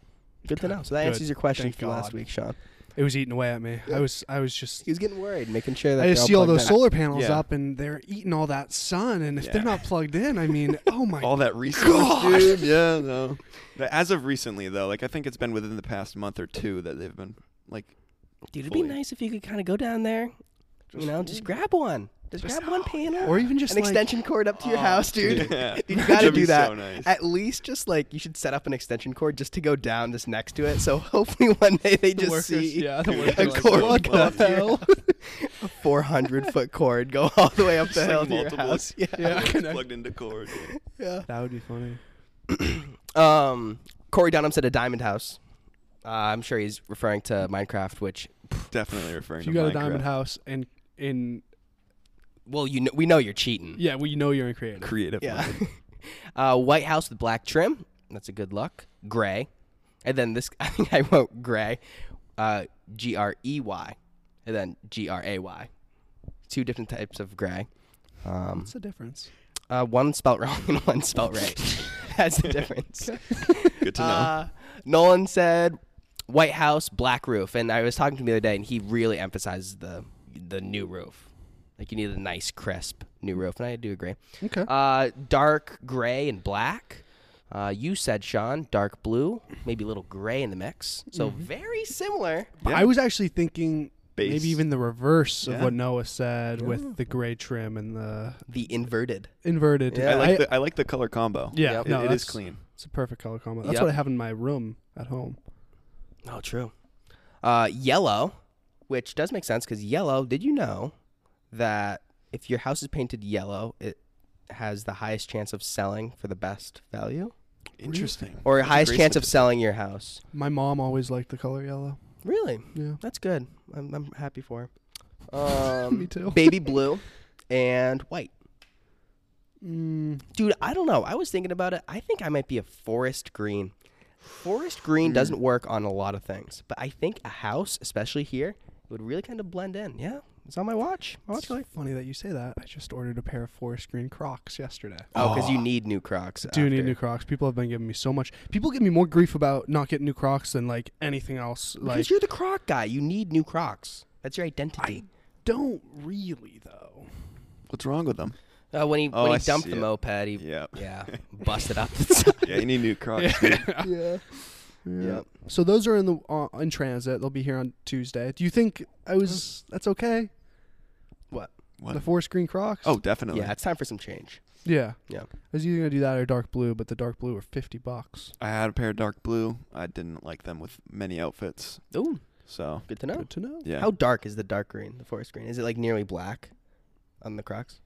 Speaker 1: Good to know. So that
Speaker 2: Good.
Speaker 1: answers your question
Speaker 2: Thank
Speaker 1: from last
Speaker 2: God.
Speaker 1: week, Sean.
Speaker 2: It was eating away at me. I was I was just
Speaker 1: He was getting worried, making sure that
Speaker 2: I just
Speaker 1: they're
Speaker 2: see all those
Speaker 1: plugged in.
Speaker 2: solar panels
Speaker 3: Yeah.
Speaker 2: up and they're eating all that sun and if
Speaker 3: Yeah.
Speaker 2: they're not plugged in, I mean,
Speaker 3: <laughs>
Speaker 2: oh my
Speaker 1: <laughs>
Speaker 3: all that resource,
Speaker 2: God.
Speaker 3: dude. Yeah, no. But as of recently, though, like I think it's been within the past month or two that they've been like,
Speaker 1: Dude, it'd be
Speaker 3: fully.
Speaker 1: nice if you could kind of go down there.
Speaker 3: Just-
Speaker 1: you know, just grab one. Just,
Speaker 2: Just-
Speaker 1: grab one panel.
Speaker 2: Or even just
Speaker 1: an
Speaker 2: like,
Speaker 1: extension cord up to your
Speaker 2: Oh,
Speaker 1: house, dude.
Speaker 3: Yeah.
Speaker 1: Dude, <laughs> you
Speaker 3: <laughs> That'd
Speaker 1: gotta
Speaker 3: be
Speaker 1: do that.
Speaker 3: so nice.
Speaker 1: At least just like you should set up an extension cord just to go down just next to it. So <laughs> hopefully one day they
Speaker 2: the
Speaker 1: just
Speaker 2: workers-
Speaker 1: see
Speaker 2: <laughs> yeah, the
Speaker 3: a <laughs>
Speaker 2: workers
Speaker 1: a
Speaker 2: are like,
Speaker 1: cord
Speaker 2: "What
Speaker 1: go up
Speaker 2: the
Speaker 1: to your-
Speaker 2: hell?"
Speaker 1: <laughs> a four hundred foot cord go all the way up the
Speaker 3: Just, like,
Speaker 1: hill to your
Speaker 3: multiple
Speaker 1: house. <laughs> Yeah.
Speaker 2: Yeah, connect-
Speaker 3: plugged into cord.
Speaker 2: <laughs>
Speaker 1: yeah.
Speaker 2: That would be funny.
Speaker 1: Um, Corey Dunham's at a diamond house. Uh, I'm sure he's referring to Minecraft, which
Speaker 3: Definitely referring
Speaker 2: If you
Speaker 3: to
Speaker 2: got
Speaker 3: Minecraft.
Speaker 2: a diamond house and in
Speaker 1: well, you know, we know you're cheating.
Speaker 2: yeah, well you know you're in creative.
Speaker 3: Creative.
Speaker 1: Yeah.
Speaker 3: mind.
Speaker 1: uh, White House with black trim. That's a good look. Gray. And then this, <laughs> I think I wrote gray. Uh, G R E Y. And then G R A Y. Two different types of gray. Um,
Speaker 2: What's the difference?
Speaker 1: uh, one spelt <laughs> wrong and one spelt right. <laughs> That's the difference.
Speaker 3: Good
Speaker 2: <laughs>
Speaker 3: to know.
Speaker 1: Uh, Nolan said White House black roof, and I was talking to him the other day, and he really emphasizes the the new roof. Like you need a nice, crisp new roof, and I do agree.
Speaker 2: Okay.
Speaker 1: Uh, dark gray and black. Uh, you said Sean dark blue, maybe a little gray in the mix. So very similar.
Speaker 3: Yeah.
Speaker 2: I was actually thinking
Speaker 3: Base.
Speaker 2: maybe even the reverse
Speaker 3: Yeah.
Speaker 2: of what Noah said with the gray trim and the
Speaker 1: The inverted.
Speaker 2: inverted.
Speaker 1: Yeah.
Speaker 3: I like
Speaker 2: I-
Speaker 3: the I like the color combo.
Speaker 2: yeah,
Speaker 1: Yep.
Speaker 3: It-
Speaker 2: no,
Speaker 3: it is
Speaker 2: that's-
Speaker 3: clean.
Speaker 2: It's a perfect color combo. That's
Speaker 1: Yep.
Speaker 2: what I have in my room at home.
Speaker 1: Oh, true. Uh, yellow, which does make sense because yellow. Did you know that if your house is painted yellow, it has the highest chance of selling for the best value,
Speaker 3: Interesting.
Speaker 1: or
Speaker 3: That's a
Speaker 1: highest
Speaker 3: great
Speaker 1: chance of
Speaker 3: statistic.
Speaker 1: selling your house?
Speaker 2: My mom always liked the
Speaker 1: <laughs>
Speaker 2: color yellow.
Speaker 1: Really,
Speaker 2: Yeah.
Speaker 1: that's good. I'm, I'm happy for. Her. Um,
Speaker 2: <laughs> Me too.
Speaker 1: baby blue and white.
Speaker 2: Mm,
Speaker 1: Dude, I don't know. I was thinking about it. I think I might be a forest green. Forest green doesn't work on a lot of things, but I think a house, especially here, would really kind of blend in. Yeah, it's on my watch. My watch
Speaker 2: it's oh, really funny that you say that. I just ordered a pair of forest green Crocs yesterday.
Speaker 1: Oh, because you need new Crocs.
Speaker 2: Do need
Speaker 1: after.
Speaker 2: new Crocs. People have been giving me so much. People give me more grief about not getting new Crocs than like anything else. Like
Speaker 1: Because you're the Croc guy. You need new Crocs. That's your identity.
Speaker 2: don't really though.
Speaker 3: What's wrong with them?
Speaker 1: Uh, when he
Speaker 3: Oh,
Speaker 1: when
Speaker 3: I
Speaker 1: he dumped
Speaker 3: see
Speaker 1: the
Speaker 3: it.
Speaker 1: moped, he
Speaker 3: Yeah.
Speaker 1: <laughs> yeah busted up. the side.
Speaker 3: Yeah, you need new Crocs. dude.
Speaker 1: <laughs>
Speaker 2: <laughs>
Speaker 1: yeah.
Speaker 2: Yeah. So those are in the uh, in transit. They'll be here on Tuesday. Do you think I was? That's okay.
Speaker 1: What?
Speaker 3: What?
Speaker 2: The forest green Crocs.
Speaker 3: Oh, definitely.
Speaker 1: Yeah, it's time for some change.
Speaker 2: yeah.
Speaker 1: Yeah.
Speaker 2: I was either gonna do that or dark blue, but the dark blue were fifty bucks.
Speaker 3: I had a pair of dark blue. I didn't like them with many outfits.
Speaker 1: Ooh,
Speaker 3: So
Speaker 1: good to know.
Speaker 2: Good to know.
Speaker 3: yeah.
Speaker 1: How dark is the dark green, the forest green? Is it like nearly black on the Crocs?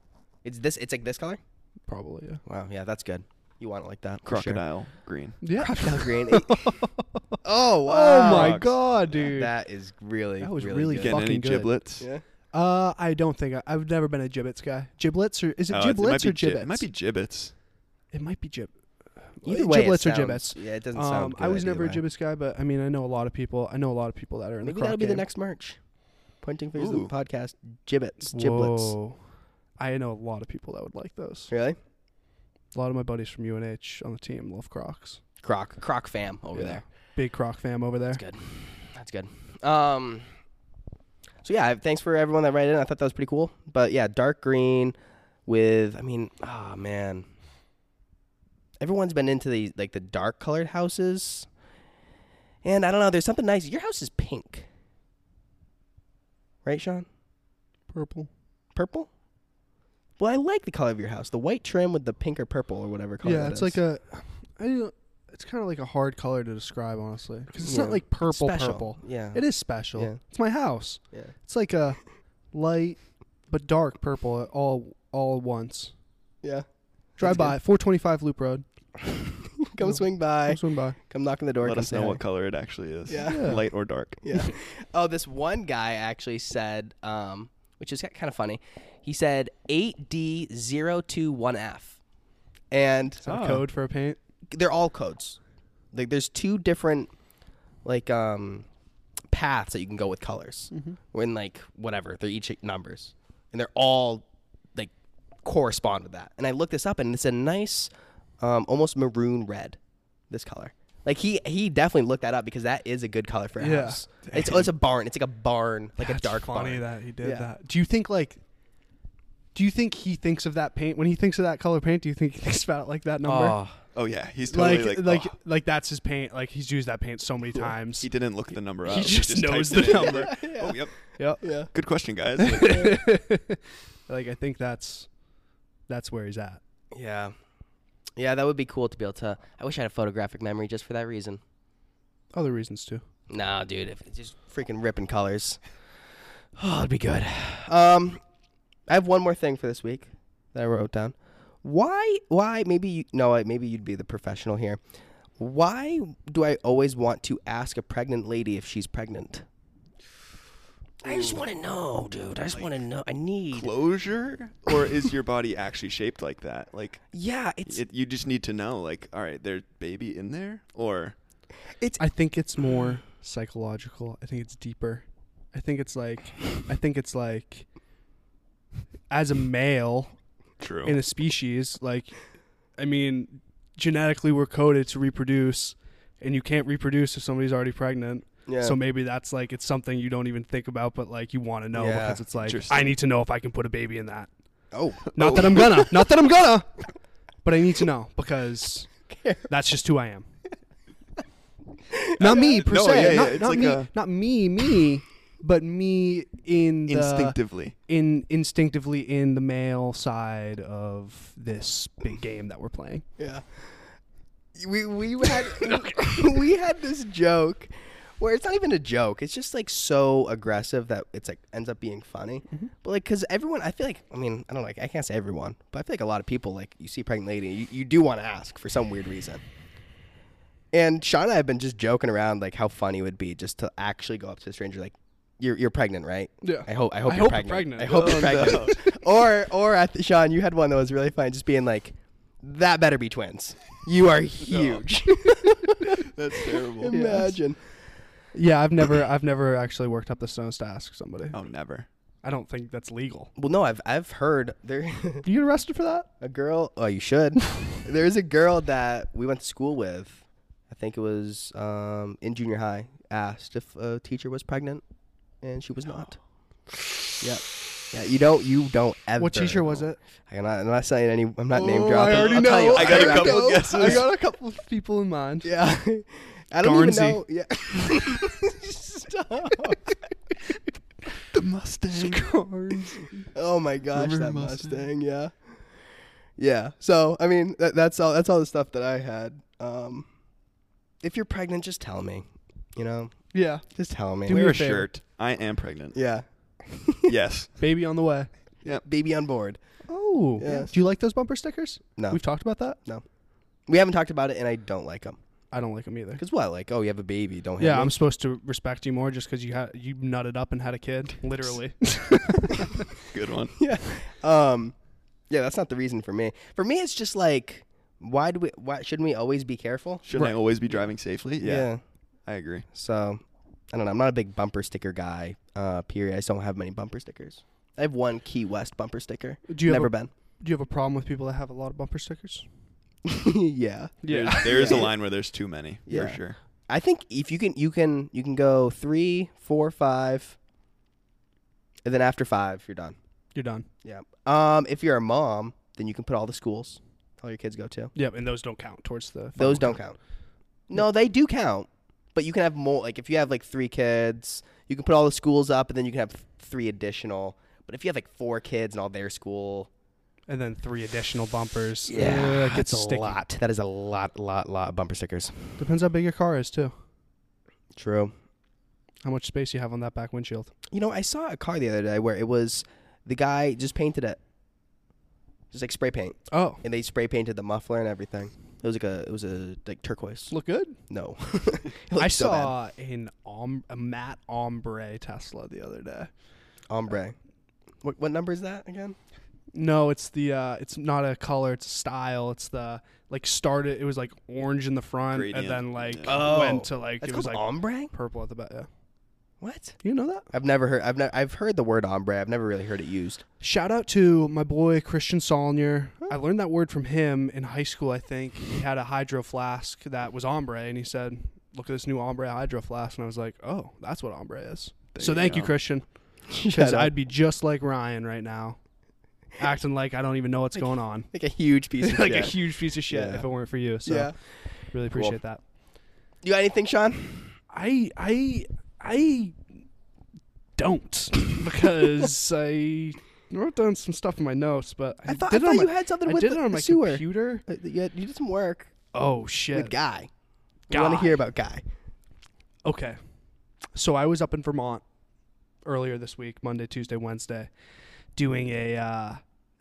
Speaker 1: It's this. It's like this color.
Speaker 2: Probably. Yeah.
Speaker 1: Wow. Yeah, that's good. You want it like that. for sure.
Speaker 3: Crocodile green.
Speaker 2: Yeah. <laughs>
Speaker 1: Crocodile green. oh
Speaker 2: Oh
Speaker 1: wow.
Speaker 2: my
Speaker 3: Crocs.
Speaker 2: god, dude.
Speaker 1: That is really.
Speaker 2: That was
Speaker 1: really,
Speaker 2: really
Speaker 1: good.
Speaker 3: Getting any
Speaker 2: Fucking good.
Speaker 3: giblets? Oh,
Speaker 1: Yeah.
Speaker 2: Uh, I don't think I, I've never been a gibbets guy. Giblets or is it
Speaker 3: Oh, it's-
Speaker 2: giblets
Speaker 3: it might be
Speaker 2: or
Speaker 3: gib-
Speaker 2: gibbets?
Speaker 3: It might be gibbets.
Speaker 2: It might be gib.
Speaker 1: Either way, it
Speaker 2: giblets or
Speaker 1: sounds-
Speaker 2: gibbets.
Speaker 1: Yeah, it doesn't
Speaker 2: Um,
Speaker 1: sound.
Speaker 2: I
Speaker 1: good
Speaker 2: was
Speaker 1: either
Speaker 2: never a
Speaker 1: way.
Speaker 2: gibbets guy, but I mean, I know a lot of people. I know a lot of people that are in
Speaker 1: Maybe
Speaker 2: the.
Speaker 1: that'll
Speaker 2: croc
Speaker 1: be the
Speaker 2: game.
Speaker 1: next merch. Pointing fingers at
Speaker 3: Ooh.
Speaker 1: the podcast. Gibbets, giblets.
Speaker 2: Whoa. I know a lot of people that would like those.
Speaker 1: Really?
Speaker 2: A lot of my buddies from UNH on the team love Crocs.
Speaker 1: Croc, Croc fam over
Speaker 2: Yeah.
Speaker 1: there.
Speaker 2: Big Croc fam over there.
Speaker 1: That's good. That's good. Um. So yeah, thanks for everyone that wrote in. I thought that was pretty cool. But yeah, dark green with I mean, oh man. Everyone's been into the like the dark colored houses. And I don't know, there's something nice. Your house is pink. Right, Sean?
Speaker 2: Purple.
Speaker 1: Purple? Well, I like the color of your house. The white trim with the pink or purple or whatever color.
Speaker 2: yeah,
Speaker 1: that
Speaker 2: it's
Speaker 1: is.
Speaker 2: like a. I don't, it's kind of like a hard color to describe, honestly, because it's
Speaker 1: Yeah.
Speaker 2: not like purple
Speaker 1: Special.
Speaker 2: purple.
Speaker 1: Yeah.
Speaker 2: It is special.
Speaker 1: Yeah.
Speaker 2: It's my house.
Speaker 1: Yeah.
Speaker 2: It's like a light but dark purple at all all at once.
Speaker 1: Yeah.
Speaker 2: Drive
Speaker 1: <laughs>
Speaker 2: by 425 Loop Road.
Speaker 1: Come
Speaker 2: Yeah.
Speaker 1: swing
Speaker 2: Come
Speaker 1: by.
Speaker 2: swing by.
Speaker 1: Come knock on the door.
Speaker 3: Let
Speaker 1: come
Speaker 3: us
Speaker 1: say
Speaker 3: know
Speaker 1: hi.
Speaker 3: what color it actually is.
Speaker 1: Yeah.
Speaker 2: Yeah.
Speaker 3: Light or dark.
Speaker 1: Yeah. <laughs> oh, this one guy actually said, um, which is kind of funny. He said 8D021F. And
Speaker 2: Is that
Speaker 3: Oh.
Speaker 2: a code for a paint?
Speaker 1: they're all codes. Like there's two different like um paths that you can go with colors.
Speaker 2: Mm-hmm.
Speaker 1: When like whatever, they're each numbers. And they're all like correspond with that. And I looked this up and it's a nice um almost maroon red this color. Like he he definitely looked that up because that is a good color for a
Speaker 2: Yeah.
Speaker 1: house. It's it's a barn. It's like a barn, like
Speaker 2: That's
Speaker 1: a dark
Speaker 2: funny
Speaker 1: barn.
Speaker 2: that he did
Speaker 1: Yeah.
Speaker 2: that. Do you think like? Do you think he thinks of that paint when he thinks of that color paint? Do you think he thinks about it like that number?
Speaker 1: Oh,
Speaker 3: Oh yeah, he's totally like
Speaker 2: like like,
Speaker 3: "Oh,
Speaker 2: like that's his paint. Like he's used that paint so many times.
Speaker 3: he didn't look the number up.
Speaker 2: He just knows
Speaker 3: typed it
Speaker 2: the
Speaker 3: in.
Speaker 2: number.
Speaker 3: <laughs> Oh yep.
Speaker 2: Yep.
Speaker 1: yeah.
Speaker 3: Good
Speaker 2: <laughs>
Speaker 3: question, guys.
Speaker 2: like I think that's that's where he's at.
Speaker 1: Yeah. Yeah, that would be cool to be able to. I wish I had a photographic memory just for that reason.
Speaker 2: Other reasons too.
Speaker 1: Nah, dude, if it's just freaking ripping colors. Oh, it'd be good. Um, I have one more thing for this week that I wrote down. Why? Why? Maybe you, no. I- Maybe you'd be the professional here. Why do I always want to ask a pregnant lady if she's pregnant? I just want to know, dude. I just want to know. I need.
Speaker 3: Closure, or is
Speaker 2: <laughs>
Speaker 3: your body actually shaped like that? Like
Speaker 1: yeah, it's
Speaker 3: it, you just need to know. Like, all right, there's baby in there, or
Speaker 2: I think
Speaker 1: <sighs>
Speaker 2: it's more psychological. I think it's deeper. I think it's like I think it's like as a male
Speaker 3: true.
Speaker 2: in a species, like I mean, genetically we're coded to reproduce and you can't reproduce if somebody's already pregnant.
Speaker 1: yeah.
Speaker 2: So maybe that's like it's something you don't even think about but like you want to know
Speaker 1: Yeah.
Speaker 2: because it's like
Speaker 3: Interesting.
Speaker 2: I need to know if I can put a baby in that.
Speaker 3: <laughs>
Speaker 1: oh,
Speaker 2: Not that I'm gonna. Not that I'm gonna. But I need to know
Speaker 3: <laughs>
Speaker 2: because that's just who I am. Not me per
Speaker 3: No,
Speaker 2: se.
Speaker 3: yeah, yeah,
Speaker 2: not,
Speaker 3: it's
Speaker 2: not
Speaker 3: like
Speaker 2: me.
Speaker 3: a-
Speaker 2: Not me. Me. But me in the
Speaker 3: Instinctively,
Speaker 2: in instinctively in the male side of this big game that we're playing.
Speaker 1: Yeah. We we had <laughs> we had this joke where it's not even a joke. It's just like so aggressive that it's like ends up being funny. But like cuz everyone I feel like I mean, I don't like I can't say everyone, but I feel like a lot of people like you see a pregnant lady, you, you do want to ask for some weird reason. And Sean and I have been just joking around like how funny it would be just to actually go up to a stranger like you're you're pregnant, right?
Speaker 2: Yeah.
Speaker 1: I hope I hope
Speaker 2: I
Speaker 1: you're
Speaker 2: hope you're
Speaker 1: pregnant.
Speaker 2: pregnant.
Speaker 1: I hope you're pregnant. or or at the, Sean, you had one that was really fun, just being like, "That better be twins. You <laughs> are huge."
Speaker 3: that's terrible.
Speaker 1: Imagine.
Speaker 2: Yeah, I've
Speaker 3: <coughs>
Speaker 2: never I've never actually worked up the stones to ask somebody.
Speaker 3: Oh, never.
Speaker 2: I don't think that's legal.
Speaker 1: Well, no, I've I've heard there <laughs>
Speaker 2: Do you get arrested for that?
Speaker 1: a girl. Oh, you
Speaker 2: <laughs>
Speaker 1: should. There's a girl that we went to school with. I think it was um, in junior high. Asked if a teacher was pregnant, and she was
Speaker 2: <sighs>
Speaker 1: not. Yep. Yeah, you don't. You don't ever.
Speaker 2: What teacher was
Speaker 1: know.
Speaker 2: it?
Speaker 1: I'm not. I'm not saying any. I'm not name
Speaker 2: Oh,
Speaker 1: dropping.
Speaker 2: I already
Speaker 1: I'll
Speaker 2: know.
Speaker 1: tell you,
Speaker 2: <laughs>
Speaker 3: I got a
Speaker 1: already
Speaker 3: couple
Speaker 1: know.
Speaker 3: guesses.
Speaker 2: I got a couple of people in
Speaker 3: <laughs>
Speaker 2: mind.
Speaker 1: Yeah. <laughs> I don't
Speaker 2: Garnsey.
Speaker 1: even know. Yeah. <laughs> Stop.
Speaker 2: <laughs>
Speaker 3: The Mustang.
Speaker 1: Oh my gosh,
Speaker 3: Remember
Speaker 1: that
Speaker 3: Mustang?
Speaker 1: Mustang. yeah. Yeah. So, I mean, that, that's all that's all the stuff that I had. Um if you're pregnant, just tell me. You know?
Speaker 2: Yeah.
Speaker 1: Just tell me.
Speaker 2: Do
Speaker 3: Wear
Speaker 2: me
Speaker 3: a
Speaker 2: a favor.
Speaker 3: shirt. I am pregnant.
Speaker 1: yeah.
Speaker 3: Yes.
Speaker 2: Baby on the way.
Speaker 1: Baby on board.
Speaker 2: Oh,
Speaker 1: Yes.
Speaker 2: do you like those bumper stickers?
Speaker 1: No.
Speaker 2: We've talked about that.
Speaker 1: we haven't talked about it and I don't like them.
Speaker 2: I don't like them either.
Speaker 1: Cuz what? Like, oh, you have a baby, don't hit
Speaker 2: Yeah,
Speaker 1: me.
Speaker 2: I'm supposed to respect you more just because you had you nutted up and had
Speaker 1: <laughs>
Speaker 2: a kid. Literally.
Speaker 3: Good one.
Speaker 1: <laughs> yeah. Um yeah, that's not the reason for me. For me it's just like why do we why shouldn't we always be careful?
Speaker 3: Shouldn't I always be driving safely? Yeah,
Speaker 1: yeah.
Speaker 3: I agree.
Speaker 1: So I don't know. I'm not a big bumper sticker guy. Uh, period. I just don't have many bumper stickers. I have one Key West bumper sticker.
Speaker 2: do you
Speaker 1: Never
Speaker 2: have
Speaker 1: been. <laughs>
Speaker 2: a, Do you have a problem with people that have a lot of bumper stickers?
Speaker 1: yeah.
Speaker 3: There's, there's a line where there's too many,
Speaker 1: Yeah.
Speaker 3: for sure.
Speaker 1: I think if you can, you can, you can go three, four, five, and then after five, you're done.
Speaker 2: <laughs> You're done.
Speaker 1: Yeah. Um, if you're a mom, then you can put all the schools, all your kids go to.
Speaker 2: Yep, and those don't count towards the.
Speaker 1: Those
Speaker 2: final
Speaker 1: don't count. No, they do count, but you can have more. Like if you have like three kids, you can put all the schools up, and then you can have th- three additional. But if you have like four kids and all their school,
Speaker 2: And then three additional bumpers.
Speaker 1: Yeah,
Speaker 2: Ugh, it gets
Speaker 1: that's
Speaker 2: sticky.
Speaker 1: a lot. That is a lot, lot, lot of bumper stickers.
Speaker 2: Depends how big your car is too.
Speaker 1: True.
Speaker 2: How much space you have on that back windshield.
Speaker 1: You know, I saw a car the other day where it was the guy just painted it, just like spray paint,
Speaker 2: Oh,
Speaker 1: and they spray painted the muffler and everything. It was like a, it was a like turquoise.
Speaker 2: look good.
Speaker 1: No, <laughs>
Speaker 2: I saw an om- a matte ombre Tesla the other day.
Speaker 1: ombre. What what number is that again?
Speaker 2: No, it's the uh it's not a color, it's a style. It's the like started it was like orange in the front
Speaker 3: Gradient,
Speaker 2: and then like
Speaker 3: yeah.
Speaker 1: Oh,
Speaker 2: went to like
Speaker 1: That's
Speaker 2: it was
Speaker 1: called
Speaker 2: like
Speaker 1: ombre.
Speaker 2: purple at the back. Yeah.
Speaker 1: What?
Speaker 2: You know that?
Speaker 1: I've never heard. I've ne- I've heard the word ombre. I've never really heard it
Speaker 2: <laughs>
Speaker 1: used.
Speaker 2: Shout out to my boy Christian Solnier. I learned that word from him in high school, I think. He had a hydro flask that was ombre, and he said, Look at this new ombre hydro flask. And I was like, Oh, that's what ombre is. so
Speaker 3: you
Speaker 2: thank you,
Speaker 3: go.
Speaker 2: Christian. Because
Speaker 1: Shut up.
Speaker 2: I'd be just like Ryan right now, acting like I don't even know what's going on.
Speaker 1: like a huge
Speaker 2: <laughs>
Speaker 1: piece of
Speaker 2: like
Speaker 1: shit.
Speaker 2: a huge piece of shit
Speaker 1: Yeah.
Speaker 2: if it weren't for you. So
Speaker 1: Yeah.
Speaker 2: really
Speaker 1: Cool.
Speaker 2: appreciate that.
Speaker 1: You got anything, Sean?
Speaker 2: I I I don't <laughs> because I wrote down some stuff in my notes, but I,
Speaker 1: I thought, I
Speaker 2: did it
Speaker 1: thought
Speaker 2: on my,
Speaker 1: you had something
Speaker 2: I
Speaker 1: with
Speaker 2: did
Speaker 1: the,
Speaker 2: it on
Speaker 1: the
Speaker 2: my
Speaker 1: sewer.
Speaker 2: computer.
Speaker 1: Uh, you, had- you did some work
Speaker 2: Oh
Speaker 1: with
Speaker 2: shit!
Speaker 1: Guy. We want to
Speaker 2: Guy.
Speaker 1: hear about Guy.
Speaker 2: Okay, so I was up in Vermont earlier this week, Monday, Tuesday, Wednesday, doing a uh,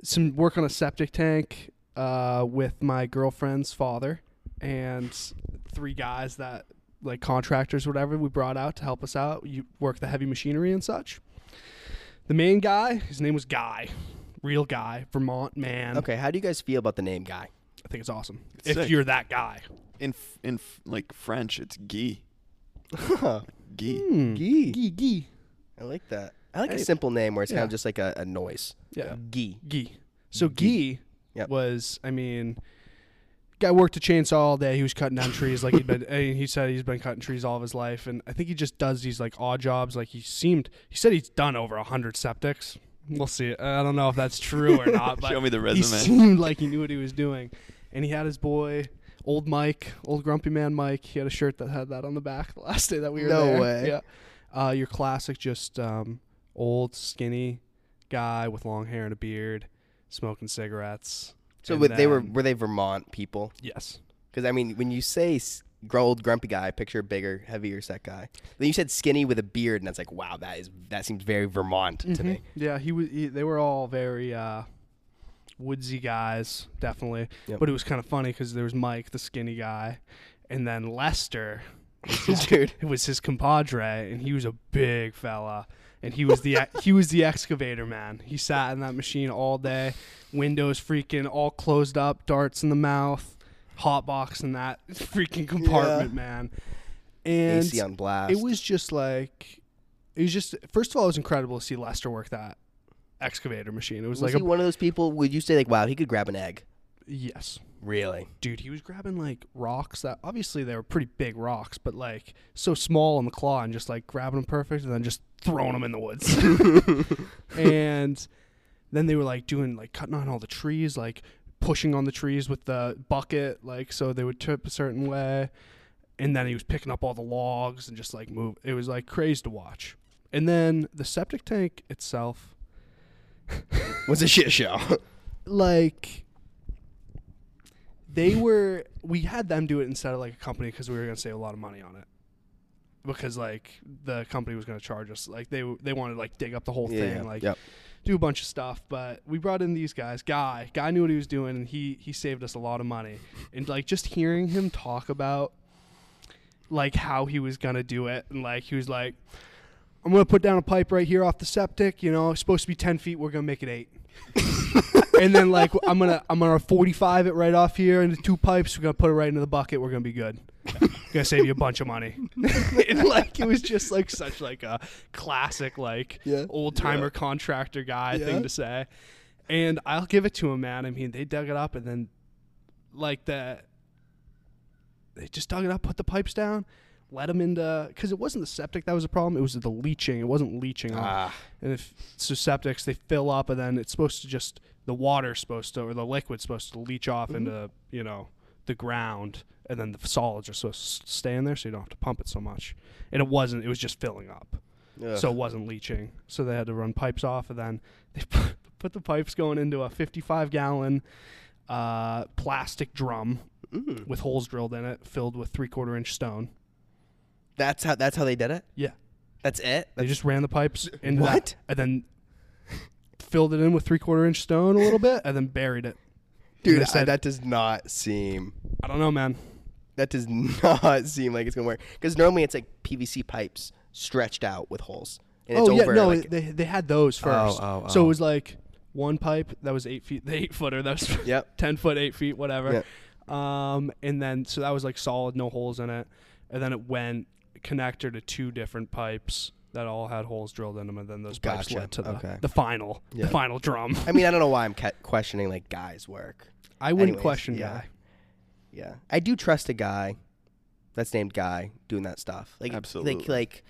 Speaker 2: some work on a septic tank uh, with my girlfriend's father and three guys that like contractors, whatever we brought out to help us out. You work the heavy machinery and such. The main guy, his name was Guy, real guy, Vermont man.
Speaker 1: Okay, how do you guys feel about the name Guy?
Speaker 2: I think it's awesome.
Speaker 3: It's
Speaker 2: if
Speaker 3: sick.
Speaker 2: you're that guy,
Speaker 3: In f- in f- like French, it's guy. Guy.
Speaker 1: Gee.
Speaker 2: Hmm. Gee, gee,
Speaker 1: I like that. I like a
Speaker 2: Hey.
Speaker 1: simple name where it's kind
Speaker 2: Yeah.
Speaker 1: of just like a, a noise.
Speaker 2: yeah.
Speaker 1: Gee.
Speaker 2: Gee. So Gee
Speaker 1: Yep.
Speaker 2: was, I mean, guy worked a chainsaw all day. He was cutting
Speaker 3: <laughs>
Speaker 2: down trees like he'd been. and he said he's been cutting trees all of his life, and I think he just does these like odd jobs. Like he seemed, he said he's done over a hundred septics. We'll see. I don't know if that's true or
Speaker 3: <laughs>
Speaker 2: not. But
Speaker 3: Show me the
Speaker 2: He
Speaker 3: resume.
Speaker 2: seemed like he knew what he was doing, and he had his boy. Old Mike, old grumpy man Mike, he had a shirt that had that on the back the last day that we were
Speaker 1: No
Speaker 2: there.
Speaker 1: way.
Speaker 2: Yeah, uh, your classic, just um, old skinny guy with long hair and a beard, smoking cigarettes.
Speaker 1: So
Speaker 2: And
Speaker 1: what they were
Speaker 2: then-
Speaker 1: were they Vermont people?
Speaker 2: yes,
Speaker 1: Because I mean, when you say s- gr- old grumpy guy, I picture a bigger, heavier set guy. Then you said skinny with a beard, and that's like, wow, that is that seems very Vermont to me.
Speaker 2: yeah. He was. He, they were all very uh, woodsy guys, definitely.
Speaker 1: Yep.
Speaker 2: But it was kind of funny because there was Mike, the skinny guy, and then Lester.
Speaker 1: <laughs>
Speaker 2: Mm-hmm.
Speaker 1: Dude,
Speaker 2: It was his compadre, and he was a big fella, and he was the e-, he was the excavator man. He sat in that machine all day, windows freaking all closed up, darts in the mouth, hot box in that <laughs> freaking compartment, man. <laughs> And
Speaker 1: AC on blast.
Speaker 2: it was just like it was just first of all, it was incredible to see Lester work that excavator machine. It was,
Speaker 1: was
Speaker 2: like
Speaker 1: he
Speaker 2: a
Speaker 1: one of those people? Would you say like, wow, he could grab an egg?
Speaker 2: yes.
Speaker 1: Really?
Speaker 2: dude, he was grabbing like rocks that obviously they were pretty big rocks, but like so small on the claw and just like grabbing them perfect and then just throwing them in the woods. and then they were like doing like cutting on all the trees, like pushing on the trees with the bucket, like so they would tip a certain way. And then he was picking up all the logs and just like move. It was like crazy to watch. And then the septic tank itself,
Speaker 1: Was a shit show. <laughs>
Speaker 2: like they were we had them do it instead of like a company because we were going to save a lot of money on it because like the company was going to charge us like they they wanted to like dig up the whole thing like
Speaker 1: yep.
Speaker 2: do a bunch of stuff but we brought in these guys guy guy knew what he was doing and he he saved us a lot of money and like just hearing him talk about like how he was gonna do it and like he was like i'm gonna put down a pipe right here off the septic you know it's supposed to be 10 feet we're gonna make it 8 and then like i'm gonna i'm gonna 45 it right off here into two pipes we're gonna put it right into the bucket we're gonna be good gonna save you a bunch of money <laughs> and like it was just like such like a classic like
Speaker 1: Yeah.
Speaker 2: old timer contractor guy
Speaker 1: Yeah.
Speaker 2: thing to say and i'll give it to him man i mean they dug it up and then like the they just dug it up, put the pipes down, let them into because it wasn't the septic that was the problem; it was the leaching. It wasn't leaching. off.
Speaker 1: Ah,
Speaker 2: And if so, septics they fill up, and then it's supposed to just the water's supposed to or the liquid's supposed to leach off into you know the ground, and then the solids are supposed to s- stay in there, so you don't have to pump it so much. And it wasn't; it was just filling up,
Speaker 1: Ugh.
Speaker 2: so it wasn't leaching. So they had to run pipes off, and then they <laughs> put- put the pipes going into a 55 gallon uh, plastic drum
Speaker 1: Mm.
Speaker 2: with holes drilled in it, filled with three quarter inch stone.
Speaker 1: that's how that's how they did it.
Speaker 2: Yeah.
Speaker 1: That's it.
Speaker 2: They just ran the <laughs> pipes into
Speaker 1: What?
Speaker 2: that and then filled it in with three quarter inch stone a little bit and then buried it.
Speaker 1: Dude,
Speaker 2: they
Speaker 1: I-
Speaker 2: said-
Speaker 1: that does not seem.
Speaker 2: I don't know, man.
Speaker 1: That does <laughs> not seem like it's gonna work. Because normally it's like PVC pipes stretched out with holes, and it's
Speaker 2: oh yeah,
Speaker 1: over.
Speaker 2: no,
Speaker 1: like-
Speaker 2: they they had those first.
Speaker 1: oh,
Speaker 2: So
Speaker 1: oh.
Speaker 2: it was like one pipe that was eight feet, <laughs> the eight footer that was <laughs>
Speaker 1: Yep.
Speaker 2: ten foot, eight feet, whatever.
Speaker 1: Yep.
Speaker 2: Um, and then so that was like solid, no holes in it, and then it went connector to two different pipes that all had holes drilled in them, and then those pipes
Speaker 1: Gotcha.
Speaker 2: led to the,
Speaker 1: Okay.
Speaker 2: the final,
Speaker 1: Yeah.
Speaker 2: the
Speaker 1: <laughs>
Speaker 2: final drum.
Speaker 1: I mean, I don't know why I'm ca- questioning like guys' work.
Speaker 2: I wouldn't
Speaker 1: Anyways,
Speaker 2: question
Speaker 1: yeah.
Speaker 2: guy.
Speaker 1: Yeah, I do trust a guy that's named Guy doing that stuff. Like,
Speaker 3: Absolutely.
Speaker 1: Like, like,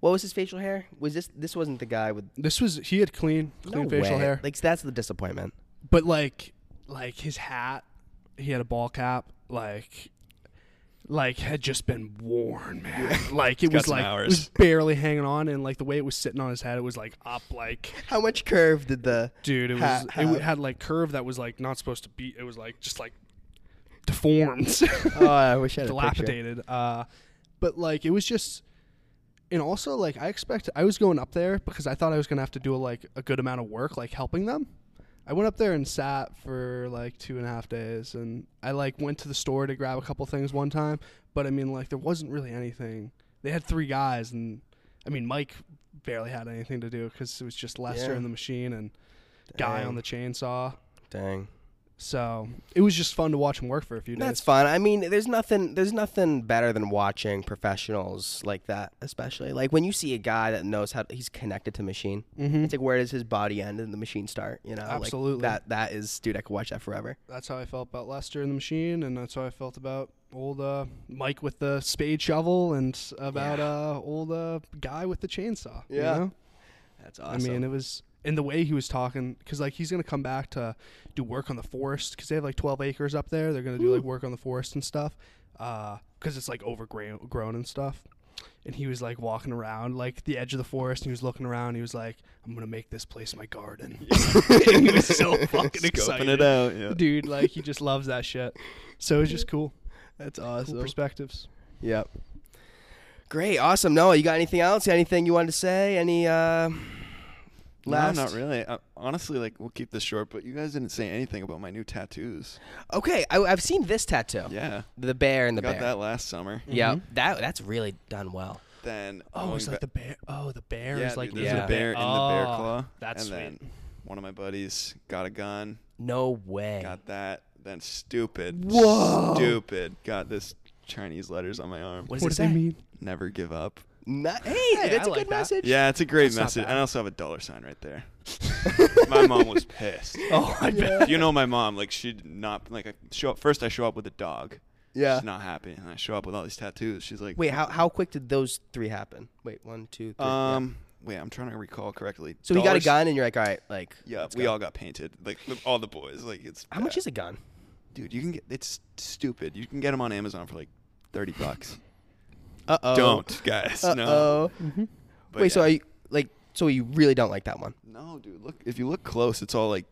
Speaker 1: what was his facial hair? Was this? This wasn't the guy with
Speaker 2: This was he had clean, clean
Speaker 1: no
Speaker 2: facial
Speaker 1: way.
Speaker 2: hair,
Speaker 1: Like, that's the disappointment.
Speaker 2: but like, like his hat, he had a ball cap, like. Like had just been worn, man. <laughs> Like it
Speaker 3: got
Speaker 2: was
Speaker 3: some
Speaker 2: like it
Speaker 3: hours.
Speaker 2: was barely hanging on, and like the way it was sitting on his head, it was like up, like
Speaker 1: How much curve did the
Speaker 2: dude it was
Speaker 1: hat
Speaker 2: it
Speaker 1: have?
Speaker 2: had like curve that was like not supposed to be it was like just like deformed <laughs>
Speaker 1: oh, I wish I had a picture.
Speaker 2: dilapidated uh but like it was just and also like i expect i was going up there because i thought i was going to have to do like a good amount of work like helping them i went up there and sat for like two and a half days and i like went to the store to grab a couple things one time but i mean like there wasn't really anything they had three guys and i mean mike barely had anything to do because it was just lester
Speaker 1: Yeah.
Speaker 2: and the machine and guy
Speaker 1: Dang.
Speaker 2: on the chainsaw
Speaker 1: Dang,
Speaker 2: so it was just fun to watch him work for a few days
Speaker 1: that's fun. I mean, there's nothing, there's nothing better than watching professionals like that, especially like when you see a guy that knows how he's connected to machine.
Speaker 2: Mhm.
Speaker 1: It's like where does his body end and the machine start? You know, Like,
Speaker 2: Absolutely.
Speaker 1: that that is, dude. I could watch that forever.
Speaker 2: that's how I felt about Lester and the Machine, and that's how I felt about old uh, Mike with the spade shovel, and about uh, old uh, guy with the chainsaw. you
Speaker 1: Yeah.
Speaker 2: know?
Speaker 1: That's
Speaker 2: I mean, it was in the way he was talking, because like he's gonna come back to do work on the forest, because they have like twelve acres up there. They're gonna do like work on the forest and stuff, because it's like overgrown grown and stuff. And he was like walking around like the edge of the forest, and he was looking around. he was like, "I'm gonna make this place my garden." and he was so fucking excited
Speaker 3: Scoping it out. Yeah.
Speaker 2: dude like he just loves that shit so it's just cool
Speaker 1: that's
Speaker 2: cool
Speaker 1: awesome.
Speaker 2: perspectives
Speaker 1: Yep. Great, awesome. Noah, you got anything else? Anything you wanted to say? Any uh last
Speaker 3: No, not really. Uh, honestly, like we'll keep this short, but you guys didn't say anything about my new tattoos.
Speaker 1: Okay, I have seen this tattoo.
Speaker 3: Yeah,
Speaker 1: The bear and the
Speaker 3: got
Speaker 1: bear.
Speaker 3: that last summer.
Speaker 1: Yeah. That that's really done well.
Speaker 3: Then
Speaker 2: oh it's
Speaker 3: going
Speaker 2: like
Speaker 3: ba-
Speaker 2: the bear oh the bear
Speaker 3: yeah,
Speaker 2: is like
Speaker 3: dude, there's
Speaker 1: yeah.
Speaker 3: a bear in the bear
Speaker 2: Oh,
Speaker 3: claw.
Speaker 2: that's
Speaker 3: and
Speaker 2: sweet
Speaker 3: then one of my buddies got a gun,
Speaker 1: No way.
Speaker 3: got that. Then stupid,
Speaker 2: Whoa.
Speaker 3: stupid, got this Chinese letters on my arm.
Speaker 1: What does
Speaker 2: what
Speaker 1: it
Speaker 2: does
Speaker 1: say?
Speaker 2: that mean
Speaker 3: Never give up.
Speaker 1: Not- hey,
Speaker 2: I
Speaker 1: that's a
Speaker 2: like
Speaker 1: good
Speaker 2: that.
Speaker 1: message.
Speaker 3: Yeah, it's a great
Speaker 2: That's not
Speaker 3: message.
Speaker 2: bad.
Speaker 3: And I also have a dollar sign
Speaker 2: <laughs>
Speaker 3: right there. my mom was pissed.
Speaker 2: oh i
Speaker 1: Yeah.
Speaker 2: bet
Speaker 3: If you know my mom, like she did not like I show up first I show up with a dog.
Speaker 1: Yeah.
Speaker 3: She's not happy. And I show up with all these tattoos. She's like
Speaker 1: Wait, how how quick did those three happen? Wait, one, two, three. yeah.
Speaker 3: Um wait, I'm trying to recall correctly.
Speaker 1: So he got a
Speaker 3: Dollars-
Speaker 1: gun and you're like, all right, like
Speaker 3: Yeah,
Speaker 1: let's
Speaker 3: we
Speaker 1: go.
Speaker 3: all got painted. Like the- all the boys. Like it's
Speaker 1: How much is a gun?
Speaker 3: Dude, you can get it's stupid. You can get them on Amazon for like 30 bucks.
Speaker 1: Uh oh.
Speaker 3: Don't, guys.
Speaker 1: Uh
Speaker 3: No.
Speaker 1: oh.
Speaker 2: Mm-hmm.
Speaker 3: But
Speaker 1: Wait, so
Speaker 3: yeah.
Speaker 1: are you like so you really don't like that one?
Speaker 3: No, dude. Look, if you look close, it's all like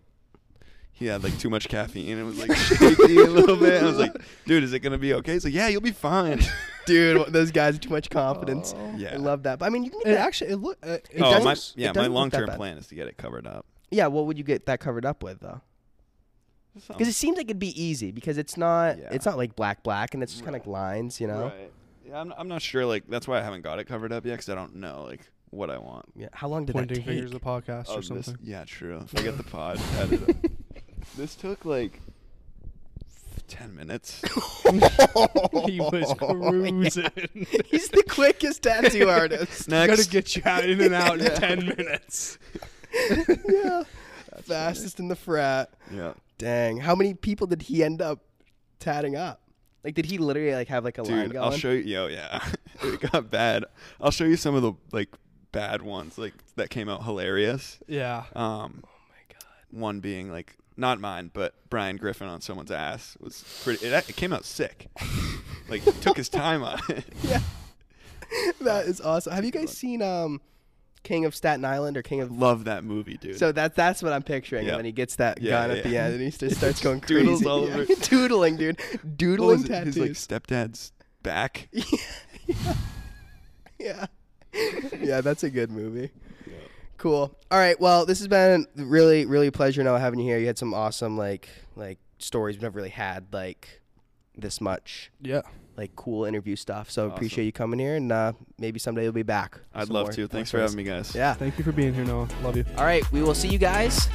Speaker 3: he had like too much caffeine. It was like shaky a little bit. I was like, dude, is it gonna be okay? He's like, yeah, you'll be fine.
Speaker 1: Dude, <laughs> those guys have too much confidence.
Speaker 3: Yeah.
Speaker 1: I love that. But I mean, you can get
Speaker 2: Oh. it
Speaker 1: that-
Speaker 2: actually it look uh, it
Speaker 3: oh,
Speaker 1: doesn't-
Speaker 3: my,
Speaker 2: does-
Speaker 3: yeah.
Speaker 1: it
Speaker 3: My
Speaker 1: doesn't look that
Speaker 3: long-term
Speaker 1: bad.
Speaker 3: plan is to get it covered up.
Speaker 1: Yeah, what would you get that covered up with though? Because it seems like it'd be easy because it's not
Speaker 3: Um, Yeah.
Speaker 1: it's not like black black and it's just kind of like lines, you know.
Speaker 3: Right. Yeah, I'm, I'm not sure. Like that's why I haven't got it covered up yet, because I don't know like what I want.
Speaker 1: Yeah. How long did
Speaker 2: pointing
Speaker 1: that take?
Speaker 2: fingers at the podcast or
Speaker 3: of this-
Speaker 2: something
Speaker 3: Yeah, <laughs> true. I got
Speaker 2: <laughs>
Speaker 3: the pod. edited. <laughs> this took like ten <laughs> minutes.
Speaker 2: <laughs>
Speaker 1: <laughs>
Speaker 2: he was <laughs> cruising
Speaker 1: He's the quickest
Speaker 2: <laughs>
Speaker 1: tattoo artist.
Speaker 3: Next.
Speaker 2: gotta get you out in and <laughs> out in 10 minutes
Speaker 3: <laughs>
Speaker 1: yeah. Fastest in the frat.
Speaker 3: yeah.
Speaker 1: Dang. How many people did he end up tatting up? Like, did he literally like have like a line
Speaker 3: Dude,
Speaker 1: going?
Speaker 3: I'll show you. Yo, yeah, <laughs> it got bad. I'll show you some of the like bad ones, like that came out hilarious.
Speaker 2: yeah
Speaker 3: Um, oh my god. One being like not mine, but Brian Griffin on someone's ass was pretty. It, it came
Speaker 1: <laughs>
Speaker 3: out sick. like he took his time on it. <laughs>
Speaker 1: yeah. <laughs> that is awesome. Have you guys seen um, King of Staten Island or King of
Speaker 3: Love that movie, dude.
Speaker 1: So that's that's what I'm picturing
Speaker 3: Yeah.
Speaker 1: when he gets that
Speaker 3: Yeah,
Speaker 1: gun
Speaker 3: yeah,
Speaker 1: at the
Speaker 3: yeah.
Speaker 1: end and he just
Speaker 3: <laughs>
Speaker 1: starts going crazy.
Speaker 3: Doodles all over
Speaker 1: <laughs>
Speaker 3: it.
Speaker 1: Doodling, dude.
Speaker 3: What
Speaker 1: Doodling
Speaker 3: was it? His like
Speaker 1: tattoos.
Speaker 3: stepdad's
Speaker 1: <laughs>
Speaker 3: back.
Speaker 1: yeah. yeah, that's a good movie. Cool. All right. Well, this has been really, really a pleasure now having you here. You had some awesome like like stories we've never really had like this much
Speaker 2: yeah
Speaker 1: like cool interview stuff. So
Speaker 3: Awesome.
Speaker 1: appreciate you coming here and uh, maybe someday you'll be back. with
Speaker 3: I'd
Speaker 1: some
Speaker 3: love
Speaker 1: more-
Speaker 3: to.
Speaker 1: more
Speaker 3: Thanks for
Speaker 1: stories.
Speaker 3: having me, guys.
Speaker 1: Yeah.
Speaker 2: thank you for being here noah love you
Speaker 1: All right. We will see you guys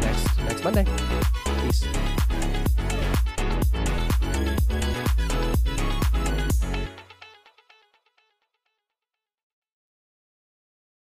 Speaker 1: next next Monday. Peace.